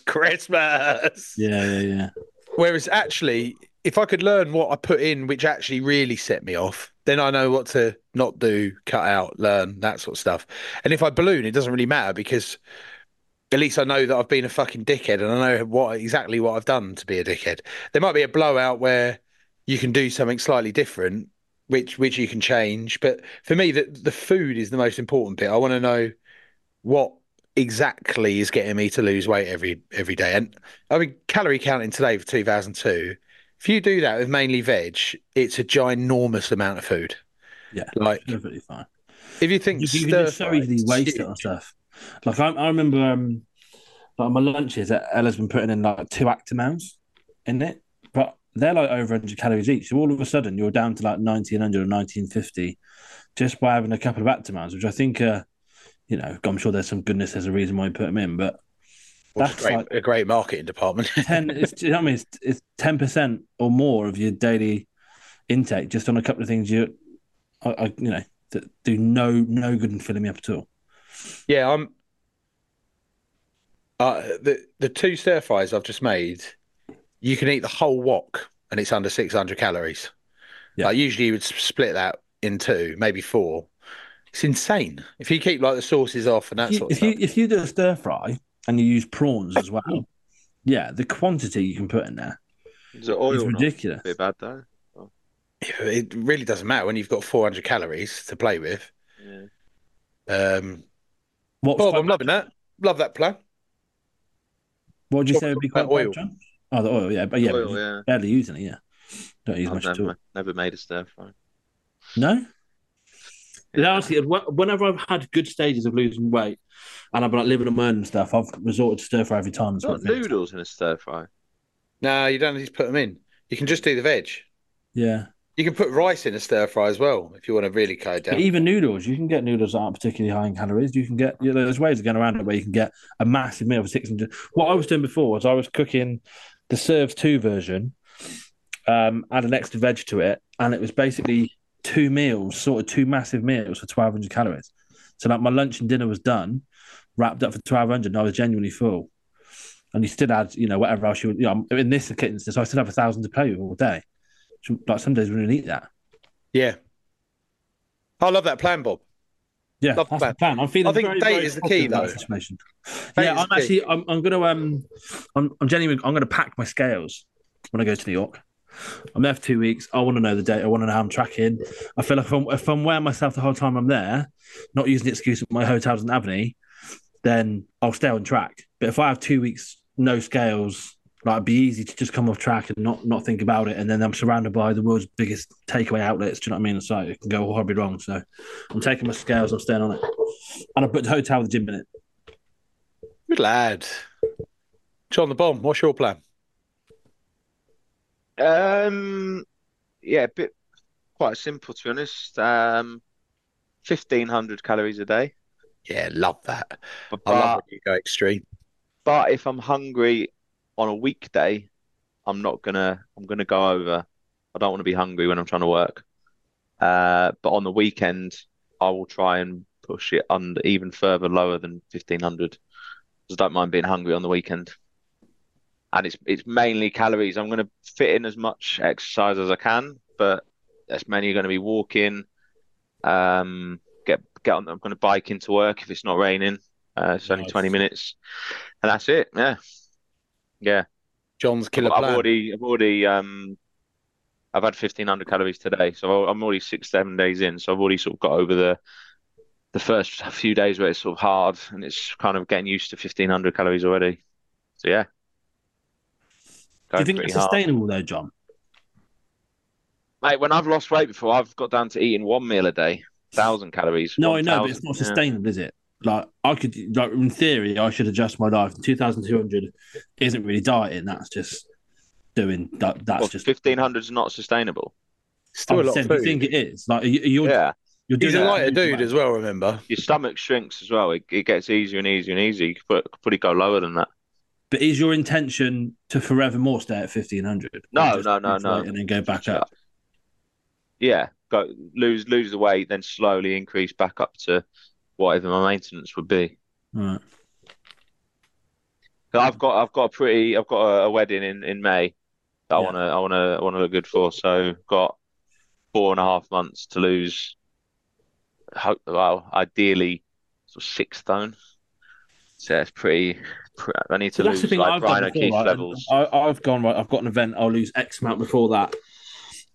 Speaker 2: Christmas."
Speaker 3: yeah yeah yeah
Speaker 2: Whereas actually, if I could learn what I put in, which actually really set me off, then I know what to not do, cut out, learn that sort of stuff. And if I balloon, it doesn't really matter because at least I know that I've been a fucking dickhead and I know what exactly what I've done to be a dickhead. There might be a blowout where you can do something slightly different, which which you can change. But for me, the the food is the most important bit. I want to know what exactly is getting me to lose weight every every day. And I mean, calorie counting today for 2002. If you do that with mainly veg, it's a ginormous amount of food.
Speaker 3: yeah
Speaker 2: Like,
Speaker 3: perfectly fine
Speaker 2: if you think
Speaker 3: you, you can
Speaker 2: stir
Speaker 3: just so
Speaker 2: fry,
Speaker 3: easily
Speaker 2: it's
Speaker 3: waste
Speaker 2: huge.
Speaker 3: it on stuff. Like I, I remember, um, like my lunches, Ella's been putting in like two Actimels in it, but they're like over 100 calories each. So all of a sudden, you're down to like 1900 or 1950 just by having a couple of Actimels, which I think, uh, you know, I'm sure there's some goodness. There's a reason why you put them in, but
Speaker 2: Well,
Speaker 3: That's
Speaker 2: it's great,
Speaker 3: like-
Speaker 2: a great marketing department.
Speaker 3: ten, it's, do you know what I mean, it's, it's ten percent or more of your daily intake just on a couple of things you, I, I you know, that do no no good in filling me up at all.
Speaker 2: yeah, I'm. Uh, the the two stir fries I've just made, you can eat the whole wok and it's under 600 calories.
Speaker 3: Yeah.
Speaker 2: Like usually you would s- split that in two, maybe four. It's insane. If you keep like the sauces off and that
Speaker 3: if you,
Speaker 2: sort of
Speaker 3: if
Speaker 2: stuff.
Speaker 3: you if you do a stir fry and you use prawns as well, yeah, the quantity you can put in there
Speaker 4: Is it oil?
Speaker 3: is
Speaker 4: or not?
Speaker 3: ridiculous.
Speaker 4: Bit bad though.
Speaker 2: it really doesn't matter when you've got 400 calories to play with.
Speaker 4: Yeah.
Speaker 2: Um,
Speaker 3: What,
Speaker 2: Bob, I'm loving that. Love that plan.
Speaker 3: what would you
Speaker 2: Bob,
Speaker 3: say would be
Speaker 2: talk
Speaker 3: quite
Speaker 2: about
Speaker 3: oil?
Speaker 2: oil.
Speaker 3: John? Oh, the oil, yeah, but yeah,
Speaker 4: oil,
Speaker 3: but
Speaker 4: yeah.
Speaker 3: barely using it, yeah. Don't use
Speaker 4: I've
Speaker 3: much at all.
Speaker 4: never, never made a stir fry.
Speaker 3: No. Yeah, Honestly, wh- whenever I've had good stages of losing weight and I've been like living on my own and stuff, I've resorted to stir fry every time. It's
Speaker 4: Not
Speaker 3: what it is.
Speaker 4: noodles in a stir fry.
Speaker 2: No, you don't need to put them in. You can just do the veg.
Speaker 3: Yeah,
Speaker 2: You can put rice in a stir fry as well if you want to really go
Speaker 3: But
Speaker 2: down.
Speaker 3: even noodles, you can get noodles that aren't particularly high in calories. You can get you know, there's ways of going around it where you can get a massive meal for six hundred. What I was doing before was I was cooking the serves two version, um, add an extra veg to it, and it was basically two meals, sort of two massive meals for twelve hundred calories. So like my lunch and dinner was done, wrapped up for twelve hundred, and I was genuinely full. And you still had, you know, whatever else you would, you know, in this instance, I still have a thousand to play with all day. So, like some days we didn't eat that.
Speaker 2: Yeah. I love that plan, Bob.
Speaker 3: Yeah,
Speaker 2: Love
Speaker 3: that's
Speaker 2: plan.
Speaker 3: the plan. I'm feeling.
Speaker 2: I think
Speaker 3: very,
Speaker 2: date
Speaker 3: very
Speaker 2: is the
Speaker 3: positive
Speaker 2: key,
Speaker 3: about
Speaker 2: though.
Speaker 3: the situation.
Speaker 2: Date
Speaker 3: yeah,
Speaker 2: is
Speaker 3: I'm
Speaker 2: the key.
Speaker 3: actually. I'm, I'm going to. Um, I'm, I'm genuinely. I'm going to pack my scales when I go to New York. I'm there for two weeks. I want to know the date. I want to know how I'm tracking. I feel like if I'm, if I'm wearing myself the whole time I'm there, not using the excuse that my hotel's in Albany, then I'll stay on track. But if I have two weeks no scales, like it'd be easy to just come off track and not not think about it. And then I'm surrounded by the world's biggest takeaway outlets. Do you know what I mean? So it can go horribly wrong. So I'm taking my scales. I'm staying on it. And I put the hotel with the gym in it.
Speaker 2: Good lad. John the Bomb, what's your plan?
Speaker 4: Um, yeah, a bit quite simple to be honest. Um, fifteen hundred calories a day.
Speaker 2: Yeah, love that.
Speaker 4: But,
Speaker 2: I love when you go extreme.
Speaker 4: but if I'm hungry on a weekday, I'm not gonna. I'm gonna go over. I don't want to be hungry when I'm trying to work. Uh, but on the weekend, I will try and push it under even further lower than 1500. 'Cause I don't mind being hungry on the weekend. And it's it's mainly calories. I'm gonna fit in as much exercise as I can, but that's mainly going to be walking. Um, get get on. I'm going to bike into work if it's not raining. Uh, it's only
Speaker 2: Nice.
Speaker 4: 20 minutes and that's it. Yeah, yeah.
Speaker 2: John's killer
Speaker 4: I've
Speaker 2: plan.
Speaker 4: already, I've already, um, I've had fifteen hundred calories today, so I'm already six, seven days in. So I've already sort of got over the the first few days where it's sort of hard, and it's kind of getting used to fifteen hundred calories already. So yeah,
Speaker 3: Do you
Speaker 4: Going
Speaker 3: think
Speaker 4: pretty
Speaker 3: it's
Speaker 4: hard.
Speaker 3: sustainable though, John?
Speaker 4: Mate, when I've lost weight before, I've got down to eating one meal a day, thousand calories.
Speaker 3: No, I know, but it's
Speaker 4: 1,000,
Speaker 3: not
Speaker 4: yeah.
Speaker 3: sustainable, is it? Like I could, like in theory, I should adjust my life. Two thousand two hundred isn't really dieting. That's just doing that. That's
Speaker 4: Well,
Speaker 3: just
Speaker 4: fifteen hundred is not sustainable.
Speaker 2: Still a lot of
Speaker 3: Do you
Speaker 2: food.
Speaker 3: think it is? Like you- you're,
Speaker 4: Yeah,
Speaker 3: you're doing
Speaker 2: He's a
Speaker 3: that-
Speaker 2: lighter dude as well, remember?
Speaker 4: your stomach shrinks as well. It, it gets easier and easier and easier. You could, put, could probably go lower than that.
Speaker 3: But is your intention to forevermore stay at fifteen hundred?
Speaker 4: No, no, no, no.
Speaker 3: And then go back up.
Speaker 4: Yeah, go lose lose the weight, then slowly increase back up to whatever my maintenance would be.
Speaker 3: Right.
Speaker 4: 'Cause I've got I've got a pretty I've got a, a wedding in in May that I
Speaker 3: Yeah.
Speaker 4: wanna I wanna I wanna look good for. So got four and a half months to lose. Hope well, ideally sort of six stone. So it's pretty. pre- I need to
Speaker 3: So that's the
Speaker 4: lose
Speaker 3: thing
Speaker 4: like
Speaker 3: I've
Speaker 4: Brian
Speaker 3: done
Speaker 4: O'Keefe
Speaker 3: before. Right?
Speaker 4: levels.
Speaker 3: And I, I've gone right. I've got an event. I'll lose X amount before that.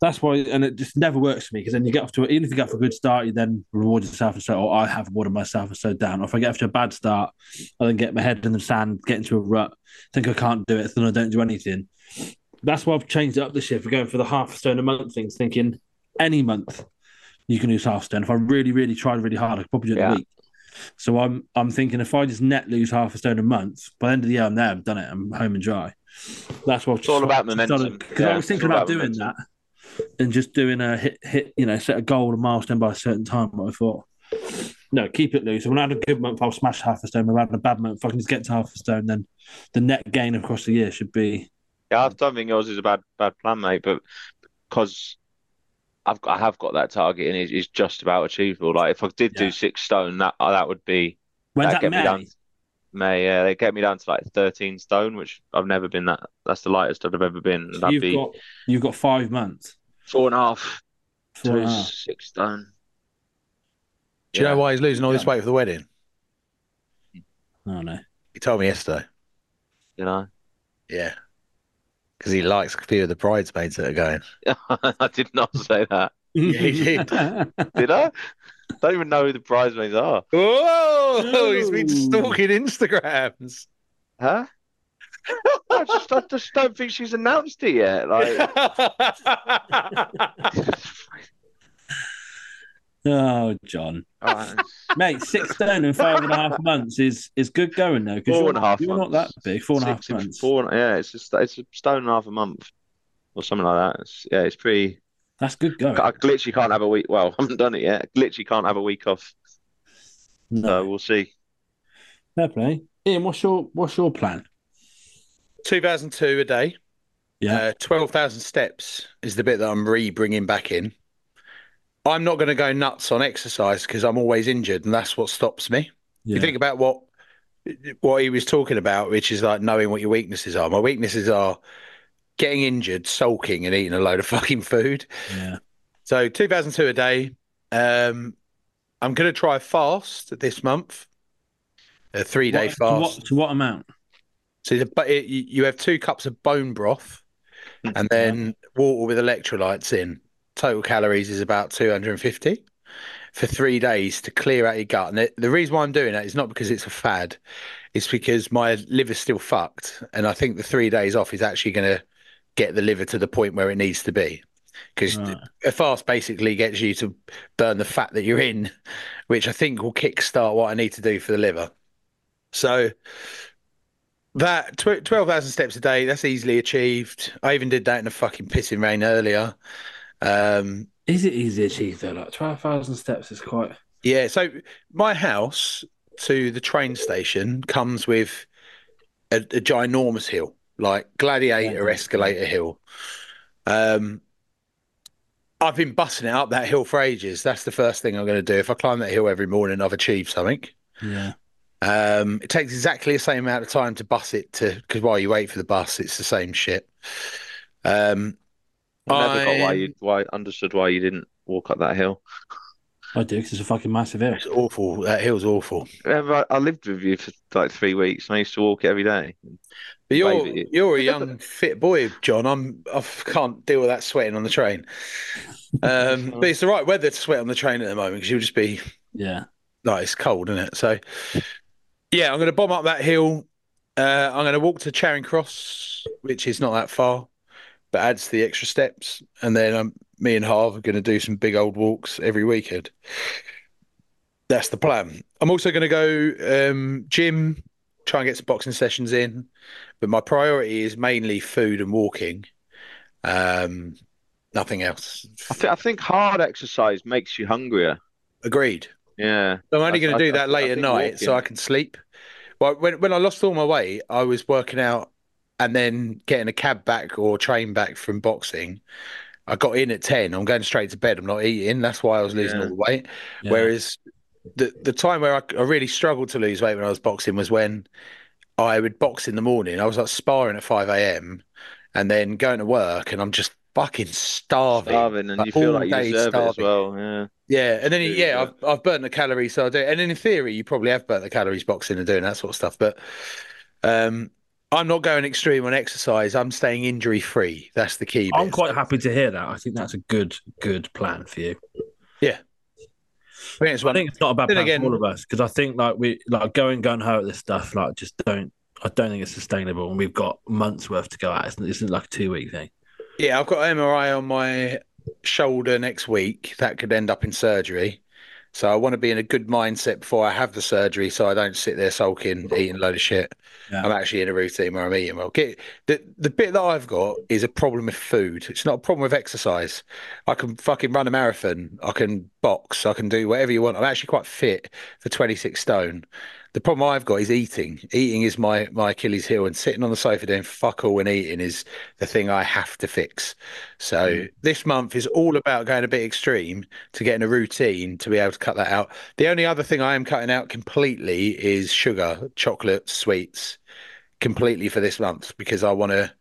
Speaker 3: That's why, and it just never works for me because then you get off to even if you get off a good start, you then reward yourself and so. Or I have rewarded myself and so down. Or if I get off to a bad start, I then get my head in the sand, get into a rut, think I can't do it, then I don't do anything. That's why I've changed it up this year. We're going for the half stone a month things, thinking any month you can lose half stone. If I really, really tried really hard, I could probably do it in
Speaker 4: Yeah.
Speaker 3: a week. So I'm I'm thinking if I just net lose half a stone a month, by the end of the year I'm there, I've done it, I'm home and dry. That's what
Speaker 4: It's all about momentum.
Speaker 3: Because
Speaker 4: Yeah,
Speaker 3: I was
Speaker 4: it's
Speaker 3: thinking
Speaker 4: all
Speaker 3: about,
Speaker 4: about
Speaker 3: doing
Speaker 4: momentum.
Speaker 3: that and just doing a hit hit, you know, set a goal, a milestone by a certain time, but I thought no, keep it loose. And When I had a good month, I'll smash half a stone. When I had a bad month, if I can just get to half a stone, then the net gain across the year should be
Speaker 4: Yeah, I don't think yours is a bad bad plan, mate. But because I've got, I have got that target, and it's, it's just about achievable. Like if I did do
Speaker 3: Yeah.
Speaker 4: six stone, that uh, that would be
Speaker 3: when's
Speaker 4: that'd
Speaker 3: that
Speaker 4: get me down.
Speaker 3: May?
Speaker 4: May yeah, they get me down to like thirteen stone, which I've never been that. That's the lightest I've ever been. and
Speaker 3: So
Speaker 4: That'd
Speaker 3: you've
Speaker 4: be
Speaker 3: got you've got five months.
Speaker 4: four and a half
Speaker 3: Four
Speaker 4: to
Speaker 3: and a half.
Speaker 4: six stone.
Speaker 2: Do you
Speaker 4: Yeah.
Speaker 2: know why he's losing all this
Speaker 4: Yeah.
Speaker 2: weight for the wedding?
Speaker 3: Oh no.
Speaker 2: He told me yesterday.
Speaker 4: You know,
Speaker 2: Yeah. Because he likes a few of the bridesmaids that are going.
Speaker 4: I did not say that.
Speaker 2: Yeah, he did.
Speaker 4: Did I? Don't even know who the bridesmaids are.
Speaker 2: Whoa! He's been
Speaker 3: Ooh.
Speaker 2: stalking Instagrams.
Speaker 4: Huh? I just, I just don't think she's announced it yet. Like.
Speaker 3: oh, John,
Speaker 4: uh,
Speaker 3: mate, six stone in five and a half months is is good going though. 'cause
Speaker 4: Four
Speaker 3: you're
Speaker 4: and a
Speaker 3: not-
Speaker 4: half
Speaker 3: You're not that
Speaker 4: months.
Speaker 3: big. Four and a half
Speaker 4: Six in-
Speaker 3: months.
Speaker 4: Four, yeah, it's just it's a stone and a half a month or something like that. It's, yeah, it's pretty.
Speaker 3: That's good going.
Speaker 4: I literally can't have a week. Well, I haven't done it yet. I literally can't have a week off. So
Speaker 3: no,
Speaker 4: we'll see.
Speaker 3: fair play. Ian, what's your what's your plan?
Speaker 2: 2002 a day.
Speaker 3: Yeah,
Speaker 2: Uh, 12,000 steps is the bit that I'm re bringing back in. I'm not going to go nuts on exercise because I'm always injured, and that's what stops me.
Speaker 3: yeah.
Speaker 2: You think about what what he was talking about, which is like knowing what your weaknesses are. My weaknesses are getting injured, sulking, and eating a load of fucking food.
Speaker 3: yeah.
Speaker 2: So 2002 a day. Um, I'm going to try a fast this month, a three day
Speaker 3: What- to
Speaker 2: fast.
Speaker 3: what, to what amount?
Speaker 2: So the, but it, you you have two cups of bone broth and then water with electrolytes in. Total calories is about 250 for three days to clear out your gut. And the, the reason why I'm doing that is not because it's a fad, it's because my liver's still fucked. And I think the three days off is actually going to get the liver to the point where it needs to be. Because
Speaker 3: Right.
Speaker 2: a fast basically gets you to burn the fat that you're in, which I think will kickstart what I need to do for the liver. So that tw- 12,000 steps a day, that's easily achieved. I even did that in a fucking pissing rain earlier. Um,
Speaker 3: Is it easy to achieve though? Like twelve thousand steps is quite.
Speaker 2: yeah, so my house to the train station comes with a, a ginormous hill, like gladiator escalator hill. Um, I've been busting it up that hill for ages. That's the first thing I'm going to do. If I climb that hill every morning, I've achieved something.
Speaker 3: Yeah.
Speaker 2: Um, it takes exactly the same amount of time to bus it to because while you wait for the bus, it's the same shit. Um,
Speaker 4: I never got why
Speaker 2: I'm-
Speaker 4: you why understood why you didn't walk up that hill.
Speaker 3: I do because it's a fucking massive hill.
Speaker 2: It's awful. That hill's awful.
Speaker 4: Remember, I, I lived with you for like three weeks, and I used to walk it every day.
Speaker 2: But you're
Speaker 4: Maybe.
Speaker 2: you're a young fit boy, John. I'm I can't deal with that sweating on the train. Um, but it's the right weather to sweat on the train at the moment because you'll just be
Speaker 3: Yeah.
Speaker 2: like it's cold, isn't it? So yeah, I'm going to bomb up that hill. Uh, I'm going to walk to Charing Cross, which is not that far, but adds the extra steps. And then um, me and Harv are going to do some big old walks every weekend. That's the plan. I'm also going to go um, gym, try and get some boxing sessions in, but my priority is mainly food and walking. Um, nothing else.
Speaker 4: I, th- I think hard exercise makes you hungrier.
Speaker 2: Agreed.
Speaker 4: Yeah,
Speaker 2: I'm only
Speaker 4: I-
Speaker 2: going
Speaker 4: I-
Speaker 2: to
Speaker 4: I-
Speaker 2: do that
Speaker 4: I
Speaker 2: late at
Speaker 4: think
Speaker 2: night so
Speaker 4: walking.
Speaker 2: I can sleep. Well, when when I lost all my weight, I was working out and then getting a cab back or train back from boxing. I got in at ten. I'm going straight to bed. I'm not eating. That's why I was losing
Speaker 4: Yeah.
Speaker 2: all the weight.
Speaker 3: Yeah.
Speaker 2: Whereas the the time where I, I really struggled to lose weight when I was boxing was when I would box in the morning. I was like sparring at five a.m. and then going to work, and I'm just fucking starving.
Speaker 4: starving, and
Speaker 2: Like,
Speaker 4: you feel
Speaker 2: all
Speaker 4: like you
Speaker 2: day
Speaker 4: deserve it as
Speaker 2: starving.
Speaker 4: well. Yeah,
Speaker 2: Yeah, and then
Speaker 4: Yeah,
Speaker 2: yeah,
Speaker 4: yeah.
Speaker 2: I've I've burnt the calories, so I do. And in theory, you probably have burnt the calories boxing and doing that sort of stuff. But um, I'm not going extreme on exercise. I'm staying injury free. That's the key
Speaker 3: I'm
Speaker 2: bit.
Speaker 3: quite happy to hear that. I think that's a good, good plan for you.
Speaker 2: I think it's
Speaker 3: I
Speaker 2: one-
Speaker 3: think it's not a bad
Speaker 2: Then
Speaker 3: plan
Speaker 2: again-
Speaker 3: for all of us because I think like we like going gun ho at this stuff like just don't. I don't think it's sustainable, and we've got months worth to go at. It's, it's not like a two week thing.
Speaker 2: Yeah, I've got MRI on my shoulder next week. That could end up in surgery. So I want to be in a good mindset before I have the surgery, so I don't sit there sulking, eating a load of shit.
Speaker 3: Yeah.
Speaker 2: I'm actually in a routine where I'm eating well. Get the the bit that I've got is a problem with food. It's not a problem with exercise. I can fucking run a marathon. I can box. I can do whatever you want. I'm actually quite fit for 26 stone. The problem I've got is eating. Eating is my my Achilles heel, and sitting on the sofa doing fuck all and eating is the thing I have to fix. So
Speaker 3: Hmm.
Speaker 2: this month is all about going a bit extreme to get in a routine to be able to cut that out. The only other thing I am cutting out completely is sugar, chocolate, sweets, completely for this month because I want to.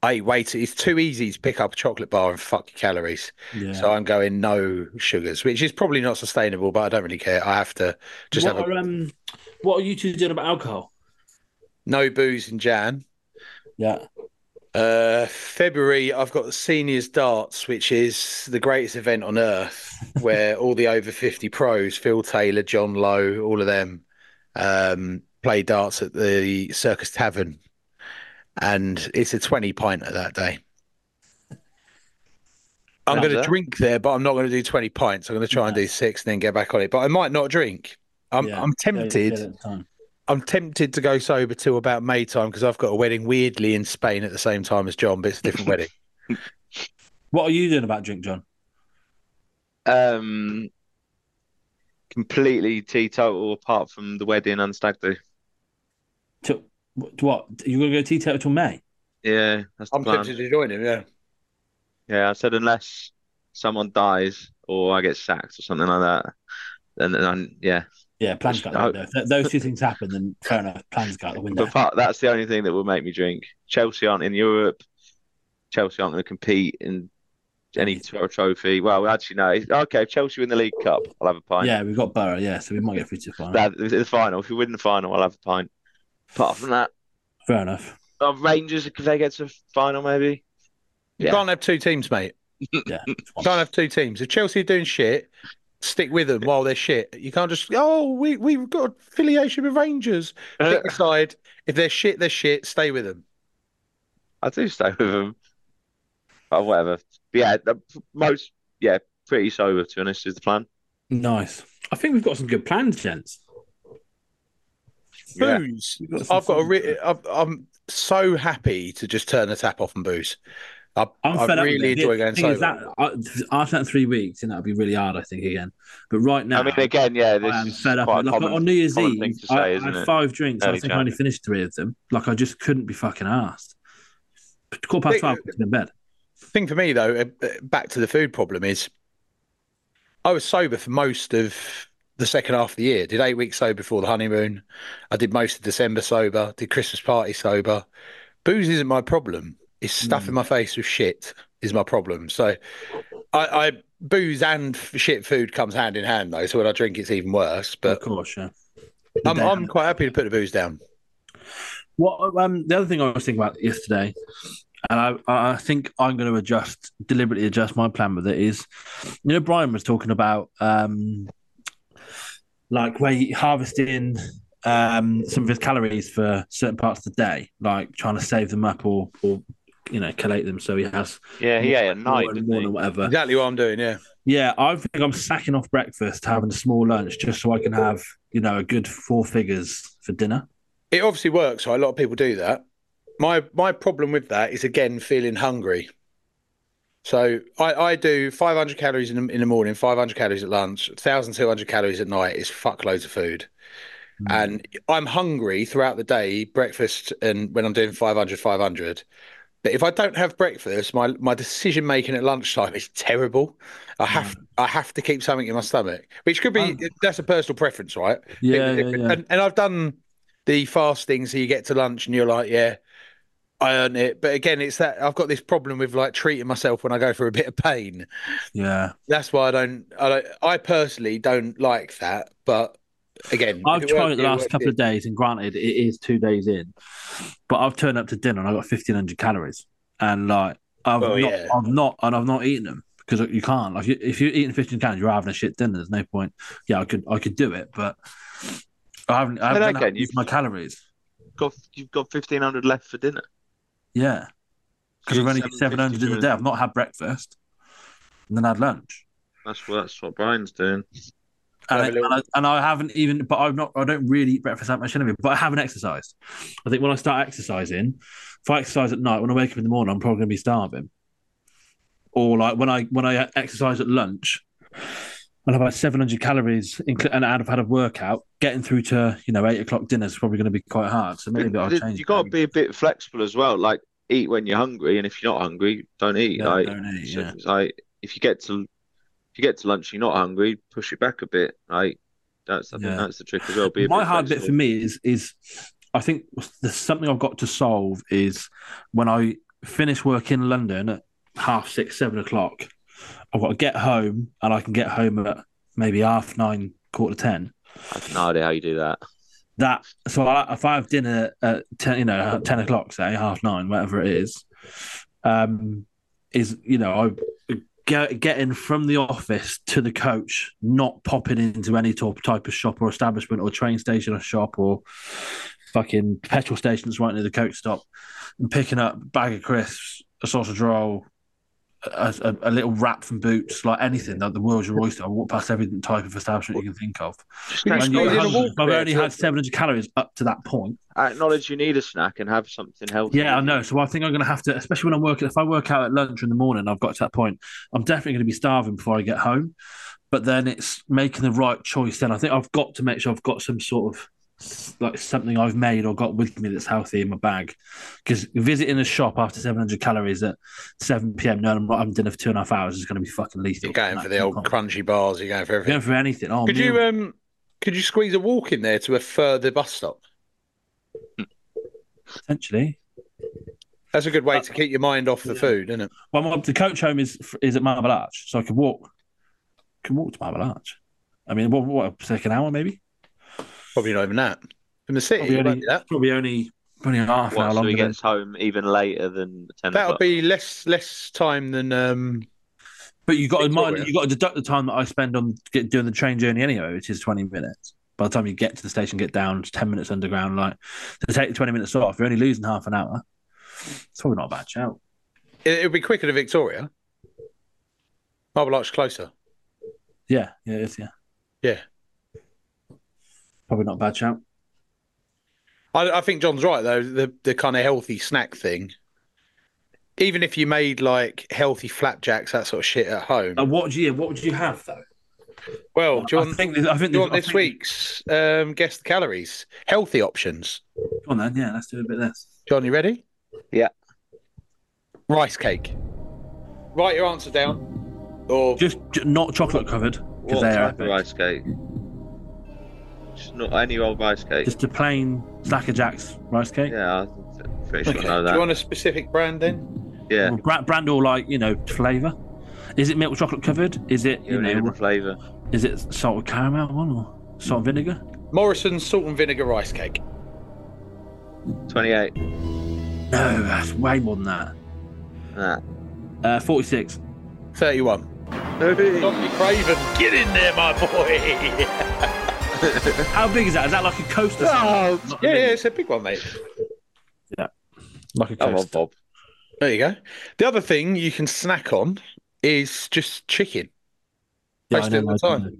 Speaker 2: I wait. It's too easy to pick up a chocolate bar and fuck your calories.
Speaker 3: Yeah.
Speaker 2: So I'm going no sugars, which is probably not sustainable, but I don't really care. I have to just
Speaker 3: what
Speaker 2: have a,
Speaker 3: are um, what are you two doing about alcohol?
Speaker 2: no booze in Jan.
Speaker 3: Yeah.
Speaker 2: Uh, February, I've got the seniors darts, which is the greatest event on earth, where all the over fifty pros, Phil Taylor, John Lowe, all of them, um, play darts at the Circus Tavern, and it's a twenty pinter that day. I'm
Speaker 4: Sounds
Speaker 2: going to
Speaker 4: it.
Speaker 2: drink there, but I'm not going to do twenty pints. I'm going to try and do six, and then get back on it. But I might not drink. I'm
Speaker 3: Yeah.
Speaker 2: I'm
Speaker 3: Yeah, yeah,
Speaker 2: tempted.
Speaker 3: yeah, that's fine.
Speaker 2: I'm tempted to go sober till about May time because I've got a wedding weirdly in Spain at the same time as John, but it's a different wedding.
Speaker 3: What are you doing about drink, John?
Speaker 4: um, completely teetotal apart from the wedding and stag do.
Speaker 3: To, to what? You're going to go teetotal till May?
Speaker 4: Yeah, that's the
Speaker 2: I'm
Speaker 4: plan.
Speaker 2: tempted to join him, yeah.
Speaker 4: Yeah, I said unless someone dies or I get sacked or something like that, then then I'm, yeah.
Speaker 3: Yeah, plans got
Speaker 4: I-
Speaker 3: out the window. If those two things happen, then fair enough. Plans got out the window.
Speaker 4: But part, that's the only thing that will make me drink. Chelsea aren't in Europe. Chelsea aren't going to compete in any tro- trophy. Well, actually, no. Okay, if Chelsea win the League Cup, I'll have a pint.
Speaker 3: Yeah, we've got Borough. Yeah, so we might get through to the final.
Speaker 4: That, the final. If we win the final, I'll have a pint. Apart from that,
Speaker 3: Fair enough.
Speaker 4: oh, Rangers if they get to the final, maybe.
Speaker 2: You
Speaker 4: Yeah.
Speaker 2: can't have two teams, mate.
Speaker 3: Yeah.
Speaker 2: You can't have two teams. If Chelsea are doing shit, stick with them while they're shit. You can't just oh we we've got affiliation with Rangers. Pick a side. If they're shit, they're shit. Stay with them.
Speaker 4: I do stay with them. Oh, whatever. But yeah, the most yeah, pretty sober to be honest is the plan.
Speaker 3: Nice. I think we've got some good plans, gents.
Speaker 4: Yeah.
Speaker 2: Booze.
Speaker 3: We've got some
Speaker 2: I've got a
Speaker 3: fun-
Speaker 2: re- I've, I'm so happy to just turn the tap off and booze. I,
Speaker 3: I'm
Speaker 2: I
Speaker 3: fed up. with
Speaker 2: really
Speaker 3: it. The
Speaker 2: enjoy going
Speaker 3: thing
Speaker 2: sober.
Speaker 3: is that I, after that three weeks, and that'll be really hard, I think, again. But right now,
Speaker 4: I mean, again, yeah, this
Speaker 3: I am
Speaker 4: is
Speaker 3: fed up.
Speaker 4: quite a
Speaker 3: Like,
Speaker 4: common-
Speaker 3: on New Year's
Speaker 4: common
Speaker 3: Eve,
Speaker 4: thing to
Speaker 3: I,
Speaker 4: say,
Speaker 3: I
Speaker 4: isn't
Speaker 3: had
Speaker 4: it?
Speaker 3: five drinks. I
Speaker 4: Early
Speaker 3: think I only
Speaker 4: January.
Speaker 3: finished three of them. Like I just couldn't be fucking asked. Quarter past
Speaker 2: Mate,
Speaker 3: twelve, I was in bed.
Speaker 2: thing for me though, uh, uh, back to the food problem is, I was sober for most of the second half of the year. Did eight weeks sober before the honeymoon. I did most of December sober. Did Christmas party sober. Booze isn't my problem. It's stuffing my face with shit is my problem. So, I, I booze and f- shit food comes hand in hand though. So when I drink, it's even worse.
Speaker 3: Of
Speaker 2: But
Speaker 3: course, yeah.
Speaker 2: I'm,
Speaker 3: Damn.
Speaker 2: I'm quite happy to put the booze down.
Speaker 3: What um, the other thing I was thinking about yesterday, and I I I think I'm going to adjust deliberately adjust my plan with it is, you know, Brian was talking about um, like where you harvesting um some of his calories for certain parts of the day, like trying to save them up or or you know collate them so he has
Speaker 4: Yeah, yeah, at
Speaker 3: more
Speaker 4: night,
Speaker 3: in the
Speaker 4: didn't
Speaker 3: morning or
Speaker 4: he?
Speaker 3: whatever.
Speaker 2: Exactly what I'm doing. Yeah.
Speaker 3: Yeah, I think I'm sacking off breakfast, having a small lunch, just so I can have you know a good four figures for dinner.
Speaker 2: it obviously works. Right? A lot of people do that. My my problem with that is again feeling hungry. So I, I do 500 calories in the, in the morning, 500 calories at lunch, 1,200 calories at night is fuckloads of food.
Speaker 3: Mm.
Speaker 2: And I'm hungry throughout the day, breakfast and when I'm doing 500, 500. But if I don't have breakfast, my, my decision making at lunchtime is terrible. I have I have to keep something in my stomach, which could be
Speaker 3: Um,
Speaker 2: that's a personal preference, right?
Speaker 3: Yeah, yeah,
Speaker 2: People-
Speaker 3: yeah.
Speaker 2: And, and I've done the fasting, so you get to lunch and you're like, yeah, I earn it. But again, it's that I've got this problem with like treating myself when I go through a bit of pain.
Speaker 3: yeah.
Speaker 2: That's why I don't, I, don't, I personally don't like that. But again,
Speaker 3: I've
Speaker 2: it
Speaker 3: tried
Speaker 2: works-
Speaker 3: it the last
Speaker 2: works
Speaker 3: couple of days, and granted, it is two days in, but I've turned up to dinner and I got fifteen hundred calories, and like I've
Speaker 2: Well,
Speaker 3: not,
Speaker 2: yeah.
Speaker 3: I've not, and I've not eaten them because you can't. Like you- if you're eating fifteen calories, you're having a shit dinner. There's no point. Yeah, I could, I could do it, but I haven't. I haven't done
Speaker 4: But again,
Speaker 3: that with
Speaker 4: you've-
Speaker 3: my calories.
Speaker 4: Got, you've got 1,500 left for dinner.
Speaker 3: Yeah, because I've only got
Speaker 4: 750
Speaker 3: seven hundred in the
Speaker 4: during-
Speaker 3: day. I've not had breakfast, and then I had lunch.
Speaker 4: That's what, that's what Brian's doing.
Speaker 3: And I,
Speaker 2: Have a little-
Speaker 3: and, I, and I haven't even, but I'm not, I don't really eat breakfast that much anyway, but I haven't exercised. I think when I start exercising, if I exercise at night, when I wake up in the morning, I'm probably going to be starving. Or like when I, when I exercise at lunch, I'll have about 700 calories incl- and I've had a workout. Getting through to, you know, eight o'clock dinner is probably going to be quite hard. So maybe I'll change.
Speaker 4: You've got to be a bit flexible as well. Like, eat when you're hungry, and if you're not hungry, don't eat.
Speaker 3: Yeah,
Speaker 4: like,
Speaker 3: don't eat,
Speaker 4: so
Speaker 3: yeah.
Speaker 4: it's like, if you get to if you get to lunch, and you're not hungry, push it back a bit. Like, that's I
Speaker 3: Yeah.
Speaker 4: think that's the trick as well. Be a
Speaker 3: my
Speaker 4: bit
Speaker 3: hard bit for
Speaker 4: flexible.
Speaker 3: me is is I think there's something I've got to solve is when I finish work in London at half six, seven o'clock, I've got to get home and I can get home at maybe half nine, quarter to ten.
Speaker 4: I have no idea how you do that.
Speaker 3: That so I, if I have dinner at ten, you know, at ten o'clock, say half nine, whatever it is, um, is you know I get, getting from the office to the coach, not popping into any top, type of shop or establishment or train station or shop or fucking petrol stations right near the coach stop, and picking up a bag of crisps, a sausage roll. A, a, a little wrap from Boots, like anything, like the world's your oyster. I walk past every type of establishment you can think of.
Speaker 4: Just
Speaker 2: Can you
Speaker 3: And you're
Speaker 2: squeeze in a
Speaker 4: acknowledge,
Speaker 3: hungry.
Speaker 2: walk
Speaker 3: I've
Speaker 2: there,
Speaker 3: only
Speaker 2: too?
Speaker 3: had 700 calories up to that point.
Speaker 4: acknowledge you need a snack and have something healthy.
Speaker 3: Yeah, I know. So I think I'm going to have to, especially when I'm working. If I work out at lunch in the morning, I've got to that point. I'm definitely going to be starving before I get home. But then it's making the right choice. Then I think I've got to make sure I've got some sort of like something I've made or got with me that's healthy in my bag. Because visiting a shop after 700 calories at 7 p.m. knowing I'm not having dinner for two and a half hours is going to be fucking lethal.
Speaker 2: You're going
Speaker 3: Like,
Speaker 2: for the old
Speaker 3: I'm
Speaker 2: crunchy bars. You're going for everything.
Speaker 3: going for anything. Oh,
Speaker 2: Could you
Speaker 3: meal.
Speaker 2: um could you squeeze a walk in there to a further bus stop?
Speaker 3: potentially?
Speaker 2: That's a good
Speaker 3: Uh,
Speaker 2: way to keep your mind off the food, isn't it?
Speaker 3: Well, my, the coach home is is at Marble Arch, so I could walk. Could walk to Marble Arch. I mean, what, what take an hour maybe?
Speaker 2: Probably not even that. From the city,
Speaker 3: Probably
Speaker 2: it
Speaker 3: only,
Speaker 2: won't be that.
Speaker 3: probably only probably half an
Speaker 4: What,
Speaker 3: hour
Speaker 4: so he
Speaker 3: longer. than-
Speaker 4: gets home even later than 10
Speaker 2: That'll
Speaker 4: o'clock.
Speaker 2: be less less time than um
Speaker 3: but you got to
Speaker 2: Victoria.
Speaker 3: mind, you got to deduct the time that I spend on get, doing the train journey anyway, which is twenty minutes. By the time you get to the station, get down, it's ten minutes underground. Like to take the twenty minutes off, you're only losing half an hour. It's probably not a bad shout.
Speaker 2: it, it'll be quicker to Victoria. Marble Arch closer.
Speaker 3: Yeah, yeah, it is, yeah,
Speaker 2: Yeah.
Speaker 3: Probably not a bad shout.
Speaker 2: I, I think John's right though, the the kind of healthy snack thing even if you made like healthy flapjacks, that sort of shit at home.
Speaker 3: Like, Uh, what, do you, what would you have, though?
Speaker 2: Well, Oh, do you
Speaker 3: Oh, I
Speaker 2: want,
Speaker 3: think, I think
Speaker 2: do you want
Speaker 3: I
Speaker 2: this
Speaker 3: think-
Speaker 2: week's um, guess the calories? Healthy options.
Speaker 3: Go on, then. Yeah, let's do a bit of this.
Speaker 2: John, you ready?
Speaker 4: Yeah.
Speaker 2: Rice cake. Write your answer down. Or
Speaker 3: Just, j not chocolate covered.
Speaker 4: Oh. What
Speaker 3: they are
Speaker 4: type of
Speaker 3: epic.
Speaker 4: rice cake? Just not any old rice cake.
Speaker 3: Just a plain Slacker Jack's rice cake.
Speaker 4: Yeah, I'm pretty sure
Speaker 2: Okay,
Speaker 4: I know
Speaker 2: do you
Speaker 4: that.
Speaker 2: want a specific brand then?
Speaker 4: Yeah,
Speaker 3: Or Brand, brand or like, you know, flavour. Is it milk chocolate covered? Is it, you
Speaker 4: you need
Speaker 3: know,
Speaker 4: the flavour.
Speaker 3: is it salted caramel one or salt and vinegar?
Speaker 2: Morrison's salt and vinegar rice cake.
Speaker 4: 28.
Speaker 3: No, that's way more than that.
Speaker 4: Nah.
Speaker 3: Uh, 46.
Speaker 2: 31. Dr. Craven, get in there, my boy.
Speaker 3: How big is that? Is that like a coaster?
Speaker 2: Oh,
Speaker 3: Not
Speaker 2: yeah,
Speaker 3: really.
Speaker 2: yeah, it's a big one, mate.
Speaker 3: Like a
Speaker 4: Come on,
Speaker 3: coaster.
Speaker 4: Bob.
Speaker 2: There you go. The other thing you can snack on is just chicken.
Speaker 3: Yeah,
Speaker 2: Based
Speaker 3: I
Speaker 2: on
Speaker 3: know,
Speaker 2: the
Speaker 3: I know.
Speaker 2: time.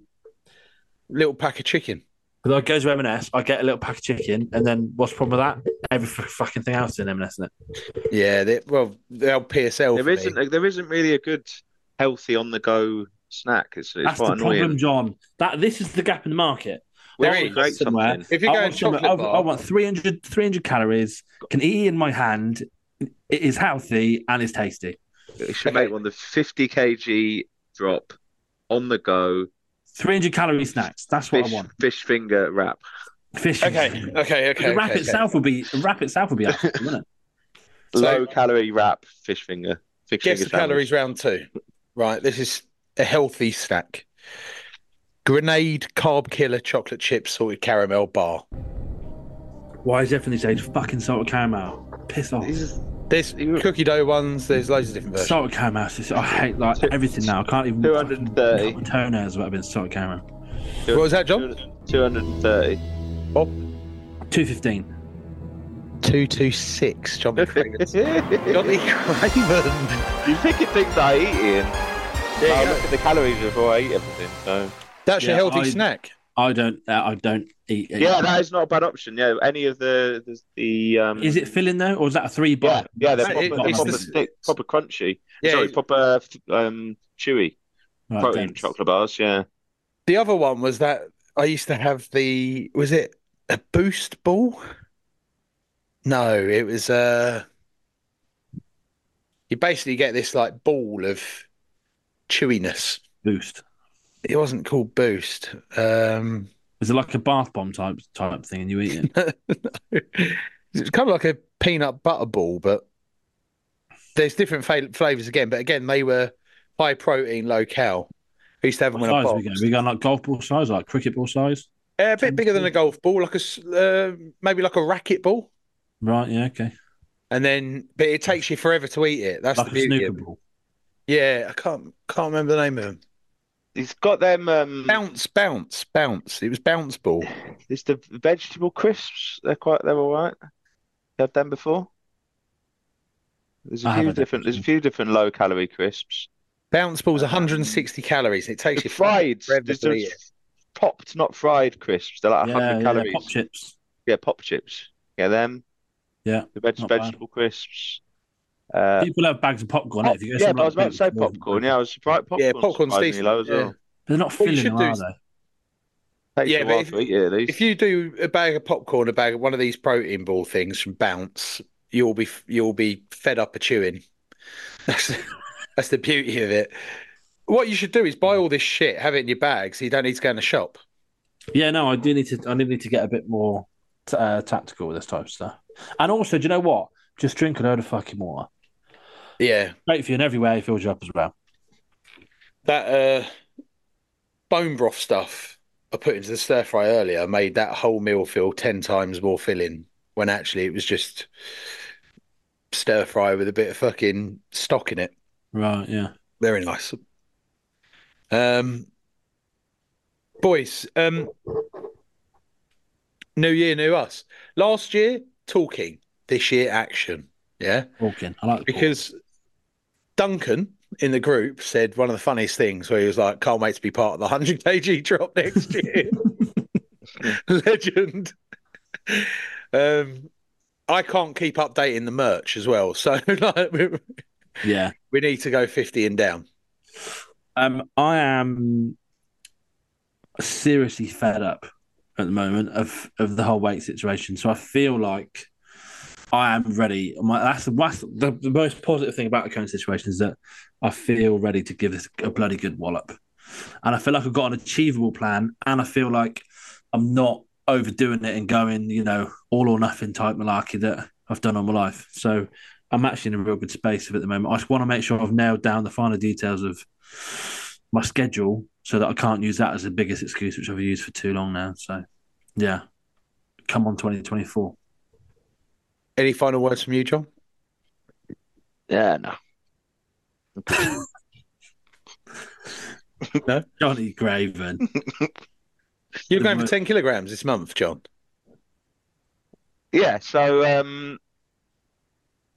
Speaker 2: Little pack of chicken.
Speaker 3: Because I go to M&S, I get a little pack of chicken, and then what's the problem with that? Every f- fucking thing else is in M&S, isn't it?
Speaker 2: Yeah, they, well, they'll PSL.
Speaker 4: There
Speaker 2: for me.
Speaker 4: isn't, there isn't really a good healthy on the go snack. It's, it's
Speaker 3: That's
Speaker 4: quite
Speaker 3: the
Speaker 4: annoying.
Speaker 3: problem, John. That this is the gap in the market.
Speaker 2: There
Speaker 4: Can't
Speaker 2: is.
Speaker 4: create
Speaker 3: somewhere.
Speaker 4: something.
Speaker 2: If you're
Speaker 3: I
Speaker 2: going
Speaker 3: want, something-
Speaker 2: chocolate
Speaker 3: I,
Speaker 2: bar,
Speaker 3: I want 300, 300 calories. Can eat in my hand. It is healthy and it's tasty.
Speaker 4: It should
Speaker 2: Okay.
Speaker 4: make one the 50 kg drop on the go
Speaker 3: Three hundred calorie snacks. That's what
Speaker 4: fish,
Speaker 3: I want.
Speaker 4: fish finger wrap.
Speaker 3: Fish.
Speaker 2: okay, okay, okay.
Speaker 3: the wrap
Speaker 2: okay,
Speaker 3: itself would be the wrap itself would be awesome, wouldn't
Speaker 2: So-
Speaker 4: Low calorie wrap, fish finger. Fish
Speaker 2: Guess
Speaker 4: finger
Speaker 2: the
Speaker 4: sandwich.
Speaker 2: calories round two. Right, this is a healthy snack. Grenade carb killer chocolate chip salted caramel bar.
Speaker 3: it? Why is everything saying fucking salted caramel? Piss off.
Speaker 4: These are
Speaker 2: There's cookie dough ones. There's loads of different versions.
Speaker 3: Salted caramel. it's just- I hate like everything now. I can't even.
Speaker 4: 230.
Speaker 3: fucking cut My toenails without being salted caramel.
Speaker 2: what was that, John?
Speaker 4: 230.
Speaker 3: Two fifteen.
Speaker 2: Two two six. Johnny Craven. Johnny Craven.
Speaker 4: you think it thinks I eat
Speaker 2: There
Speaker 4: Ian.
Speaker 2: you
Speaker 4: I'll
Speaker 2: go.
Speaker 4: look at the calories before I eat everything. So
Speaker 2: That's
Speaker 3: Yeah,
Speaker 2: a healthy
Speaker 3: I-
Speaker 2: snack.
Speaker 3: I don't. Uh, I don't eat. it.
Speaker 4: yeah, that is not a bad option. Yeah, any of the the, the um.
Speaker 3: Is it filling though, or is that a three
Speaker 4: Yeah,
Speaker 3: bite?
Speaker 4: yeah, they're
Speaker 2: It-
Speaker 4: proper, they're
Speaker 2: it's
Speaker 4: proper,
Speaker 2: the-
Speaker 4: thick, proper crunchy.
Speaker 2: Yeah.
Speaker 4: Sorry, proper f- um chewy
Speaker 3: Right,
Speaker 4: protein
Speaker 3: Oh, thanks.
Speaker 4: chocolate bars. Yeah,
Speaker 2: The other one was that I used to have the was it a boost ball? No, it was uh you basically get this like ball of chewiness.
Speaker 3: boost.
Speaker 2: It wasn't called boost. Um
Speaker 3: Is it like a bath bomb type type thing, and you eat it?
Speaker 2: it's kind of like a peanut butter ball, but there's different fa- flavors again, but again they were high protein, low cal. I used to have them
Speaker 3: What
Speaker 2: when I
Speaker 3: size are
Speaker 2: boxed.
Speaker 3: we going? we going like golf ball size, like cricket ball size?
Speaker 2: Uh, a bit bigger than a golf ball, like a s- uh, maybe like a racket ball,
Speaker 3: Right. Yeah. Okay.
Speaker 2: and then but it takes you forever to eat it. That's the
Speaker 3: Like a
Speaker 2: beauty.
Speaker 3: snooker
Speaker 2: Of it.
Speaker 3: ball.
Speaker 2: Yeah, I can't can't remember the name of them.
Speaker 4: it's got them. Um,
Speaker 2: Bounce, bounce, bounce. It was bounce ball.
Speaker 4: it's the vegetable crisps. They're quite. They're all right. You have them before. There's
Speaker 3: I
Speaker 4: a few
Speaker 3: haven't.
Speaker 4: different. There's a few different low calorie crisps.
Speaker 2: Bounce ball's 160 calories, and it takes you
Speaker 4: It's fried.
Speaker 2: forever
Speaker 4: There's
Speaker 2: to
Speaker 4: those
Speaker 2: eat it.
Speaker 4: popped, not fried crisps. They're like
Speaker 3: Yeah,
Speaker 4: 100
Speaker 3: yeah,
Speaker 4: calories.
Speaker 3: Pop chips.
Speaker 4: Yeah, pop chips. Yeah, them.
Speaker 3: Yeah,
Speaker 4: The veg-
Speaker 3: not bad.
Speaker 4: vegetable crisps. Uh,
Speaker 3: People have bags of popcorn.
Speaker 4: pop-
Speaker 3: if you go
Speaker 4: yeah, but
Speaker 3: somewhere
Speaker 4: I was about
Speaker 3: like
Speaker 4: to say
Speaker 3: Boots, or-
Speaker 4: popcorn. Yeah, I was surprised. Popcorn's
Speaker 2: Yeah, popcorn's
Speaker 4: surprisingly
Speaker 2: decent,
Speaker 4: low as
Speaker 2: yeah.
Speaker 4: well.
Speaker 3: They're not
Speaker 2: What you
Speaker 3: filling,
Speaker 2: should
Speaker 3: them,
Speaker 2: do
Speaker 3: are
Speaker 2: is-
Speaker 3: they?
Speaker 4: Takes
Speaker 2: Yeah,
Speaker 4: a
Speaker 2: but
Speaker 4: while
Speaker 2: if-
Speaker 4: to eat it, at least.
Speaker 2: If you do a bag of popcorn, a bag of one of these protein ball things from Bounce, you'll be you'll be fed up a chewing. That's that's the beauty of it. What you should do is buy all this shit, have it in your bag, so you don't need to go in the shop.
Speaker 3: Yeah, no, I do need to. I do need to get a bit more t- uh, tactical with this type of stuff. And also, do you know what? Just drink a load of fucking water.
Speaker 2: Yeah,
Speaker 3: Great for you in every way. It fills you up as well.
Speaker 2: that uh, bone broth stuff I put into the stir fry earlier made that whole meal feel ten times more filling when actually it was just stir fry with a bit of fucking stock in it.
Speaker 3: Right. Yeah.
Speaker 2: Very nice. Um, boys, um, new year, new us. Last year, talking. This year, action. Yeah.
Speaker 3: Walking. I like
Speaker 2: Because Duncan in the group said one of the funniest things where he was like, can't wait to be part of the 100 kg drop next year. Legend. Um, I can't keep updating the merch as well. So, like,
Speaker 3: Yeah.
Speaker 2: We need to go 50 and down.
Speaker 3: Um, I am seriously fed up at the moment of of the whole weight situation. So I feel like I am ready. My that's, the, that's the, the most positive thing about the current situation is that I feel ready to give this a bloody good wallop, and I feel like I've got an achievable plan, and I feel like I'm not overdoing it and going you know all or nothing type malarkey that I've done all my life. So. I'm actually in a real good space at the moment. I just want to make sure I've nailed down the final details of my schedule so that I can't use that as the biggest excuse, which I've used for too long now. So, yeah, come on, 2024.
Speaker 2: Any final words from you, John?
Speaker 4: Yeah, no.
Speaker 3: Johnny Graven.
Speaker 2: You're
Speaker 3: Good
Speaker 2: going for
Speaker 3: work.
Speaker 2: 10 kilograms this month, John.
Speaker 4: Yeah, so um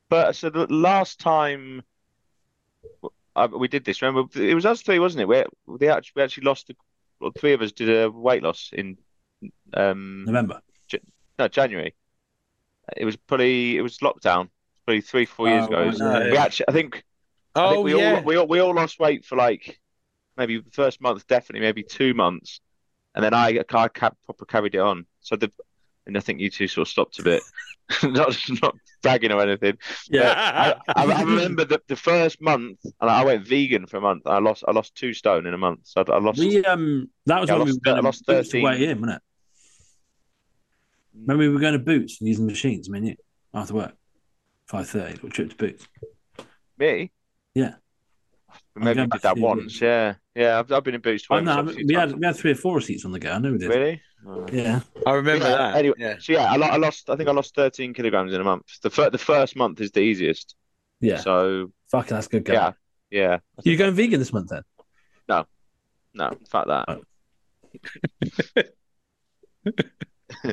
Speaker 4: but so the last time uh, we did this, remember it was us three, wasn't it? We they actually we actually lost the well, three of us did a weight loss in um
Speaker 3: November.
Speaker 4: no January. It was probably it was lockdown, probably three four years
Speaker 3: Oh,
Speaker 4: ago.
Speaker 3: I know.
Speaker 4: We actually I think I think
Speaker 2: Oh,
Speaker 4: we
Speaker 2: yeah.
Speaker 4: all we all we all lost weight for like maybe the first month, definitely maybe two months, and then I I ca- proper carried it on. So the and I think you two sort of stopped a bit, not not bragging or anything.
Speaker 2: yeah.
Speaker 4: I, I remember the, the first month, and I went vegan for a month. I lost I lost two stone in a month. So I, I lost
Speaker 3: We, um, that was
Speaker 4: Yeah, I
Speaker 3: when we
Speaker 4: lost-
Speaker 3: were
Speaker 4: I
Speaker 3: going
Speaker 4: lost
Speaker 3: to boots to
Speaker 4: 13.
Speaker 3: weigh in, wasn't it? Remember we were going to boots and using machines, me and you, after work, 5.30, or trip to boots.
Speaker 4: me.
Speaker 3: Yeah.
Speaker 4: We maybe
Speaker 3: going back
Speaker 4: did that
Speaker 3: three
Speaker 4: once.
Speaker 3: weeks.
Speaker 4: Yeah, yeah. I've, I've been in boots
Speaker 3: I
Speaker 4: twice.
Speaker 3: know, Oh, we had, we had three or four receipts on the go, I know we did.
Speaker 4: really.
Speaker 3: Yeah.
Speaker 2: I remember
Speaker 4: Yeah,
Speaker 2: that.
Speaker 4: anyway.
Speaker 2: Yeah.
Speaker 4: So yeah, I, lo- I lost. I think I lost thirteen kilograms in a month. The fir- the first month is the easiest.
Speaker 3: Yeah.
Speaker 4: So
Speaker 3: Fuck, that's good going.
Speaker 4: yeah, yeah.
Speaker 3: You're going vegan this month then?
Speaker 4: No, fuck that.
Speaker 3: Oh.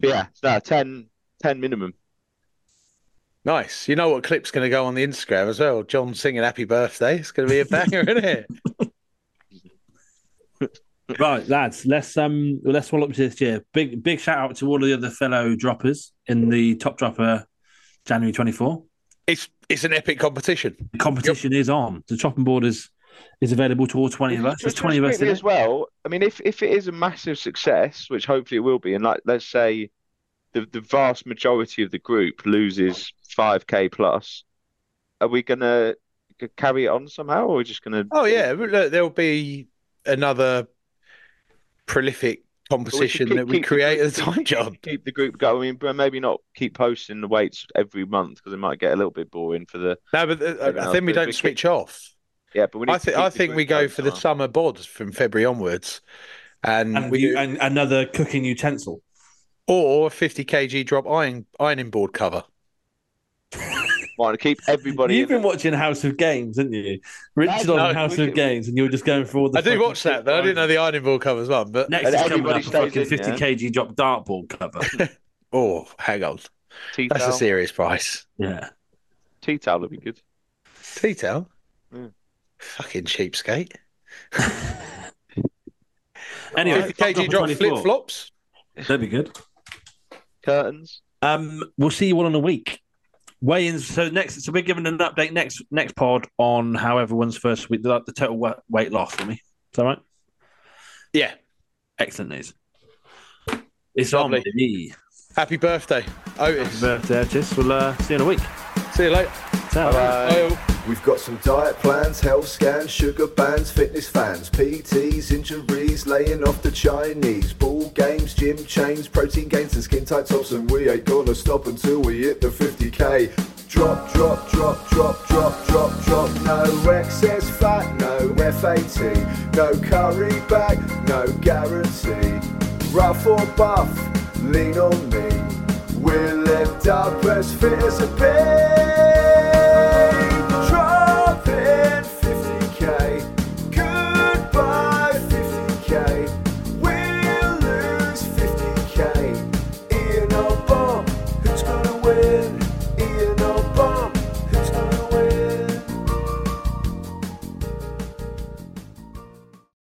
Speaker 4: yeah, no, 10, 10 minimum.
Speaker 2: Nice. You know what clip's going to go on the Instagram as well? John singing happy birthday. It's going to be a banger, isn't it?
Speaker 3: Right, lads, let's um let's roll up to this year. Big big shout out to all of the other fellow droppers in the top dropper January twenty four.
Speaker 2: It's, it's an epic competition.
Speaker 3: The competition is on. The chopping board is is available to all twenty of us. There's
Speaker 4: Just-
Speaker 3: twenty of
Speaker 4: just
Speaker 3: us in
Speaker 4: quickly
Speaker 3: it.
Speaker 4: as well. I mean, if if it is a massive success, which hopefully it will be, and like let's say the the vast majority of the group loses five k plus, are we gonna c- carry it on somehow, or are we just gonna?
Speaker 2: Oh, yeah. Look, there'll be another prolific
Speaker 4: But we should
Speaker 2: composition
Speaker 4: keep-
Speaker 2: that we
Speaker 4: keep the
Speaker 2: create
Speaker 4: group-
Speaker 2: at the time,
Speaker 4: keep-
Speaker 2: John.
Speaker 4: Keep the group going. I mean, but maybe not keep posting the weights every month because it might get a little bit boring for the.
Speaker 2: No, but uh,
Speaker 4: Everyone
Speaker 2: I
Speaker 4: else
Speaker 2: think we
Speaker 4: does.
Speaker 2: don't
Speaker 4: We keep-
Speaker 2: switch off.
Speaker 4: Yeah, but we need
Speaker 2: I
Speaker 4: to
Speaker 2: think
Speaker 4: keep
Speaker 2: I
Speaker 4: the
Speaker 2: think
Speaker 4: group
Speaker 2: we go
Speaker 4: going
Speaker 2: for the
Speaker 4: somehow.
Speaker 2: summer bods from February onwards, and,
Speaker 3: And,
Speaker 2: we
Speaker 3: you,
Speaker 2: do,
Speaker 3: and another cooking utensil.
Speaker 2: or a fifty kg drop iron ironing board cover.
Speaker 4: Right, keep everybody.
Speaker 3: You've
Speaker 4: in
Speaker 3: been watching House of Games, haven't you? Richard
Speaker 4: No,
Speaker 3: on
Speaker 2: no,
Speaker 3: House
Speaker 4: we
Speaker 3: of
Speaker 4: can-
Speaker 3: Games, and you were just going for all the.
Speaker 2: I do
Speaker 3: fucking
Speaker 2: watch that though. I didn't know the ironing board covers one, but
Speaker 3: Next
Speaker 4: And
Speaker 3: is coming up
Speaker 4: everybody
Speaker 3: a
Speaker 4: stays
Speaker 3: fucking
Speaker 4: in,
Speaker 3: fifty
Speaker 4: yeah?
Speaker 3: kg drop dartboard cover.
Speaker 2: oh, hang on,
Speaker 4: Tea
Speaker 2: that's a
Speaker 4: towel.
Speaker 2: serious price.
Speaker 3: yeah.
Speaker 4: Tea towel would be good.
Speaker 2: Tea towel,
Speaker 4: Mm.
Speaker 2: fucking cheapskate.
Speaker 3: Anyway,
Speaker 2: Fifty
Speaker 3: top
Speaker 2: kg
Speaker 3: dropper
Speaker 2: drop
Speaker 3: 24.
Speaker 2: flip flops.
Speaker 3: That'd be good.
Speaker 4: Curtains.
Speaker 3: Um, we'll see you all in a week. Weigh in. So next, so we're giving an update next next pod on how everyone's first week, like the total wa- weight loss for me. Is that right?
Speaker 2: Yeah,
Speaker 3: Excellent news. It's
Speaker 2: Lovely.
Speaker 3: on me.
Speaker 2: happy birthday, Otis.
Speaker 3: Birthday, Otis. We'll uh, see you in a week.
Speaker 2: See you later.
Speaker 3: Ta.
Speaker 4: Bye.
Speaker 2: Bye.
Speaker 1: We've got some diet plans, health scans, sugar bans, fitness fans, PTs, injuries, laying off the Chinese, ball games, gym chains, protein gains, and skin tight tops, and we ain't gonna stop until we hit the 50k. Drop, drop, drop, drop, drop, drop, drop. No excess fat, no FAT, no curry back, no guarantee. Rough or buff, lean on me. We'll end up as fit as a pig.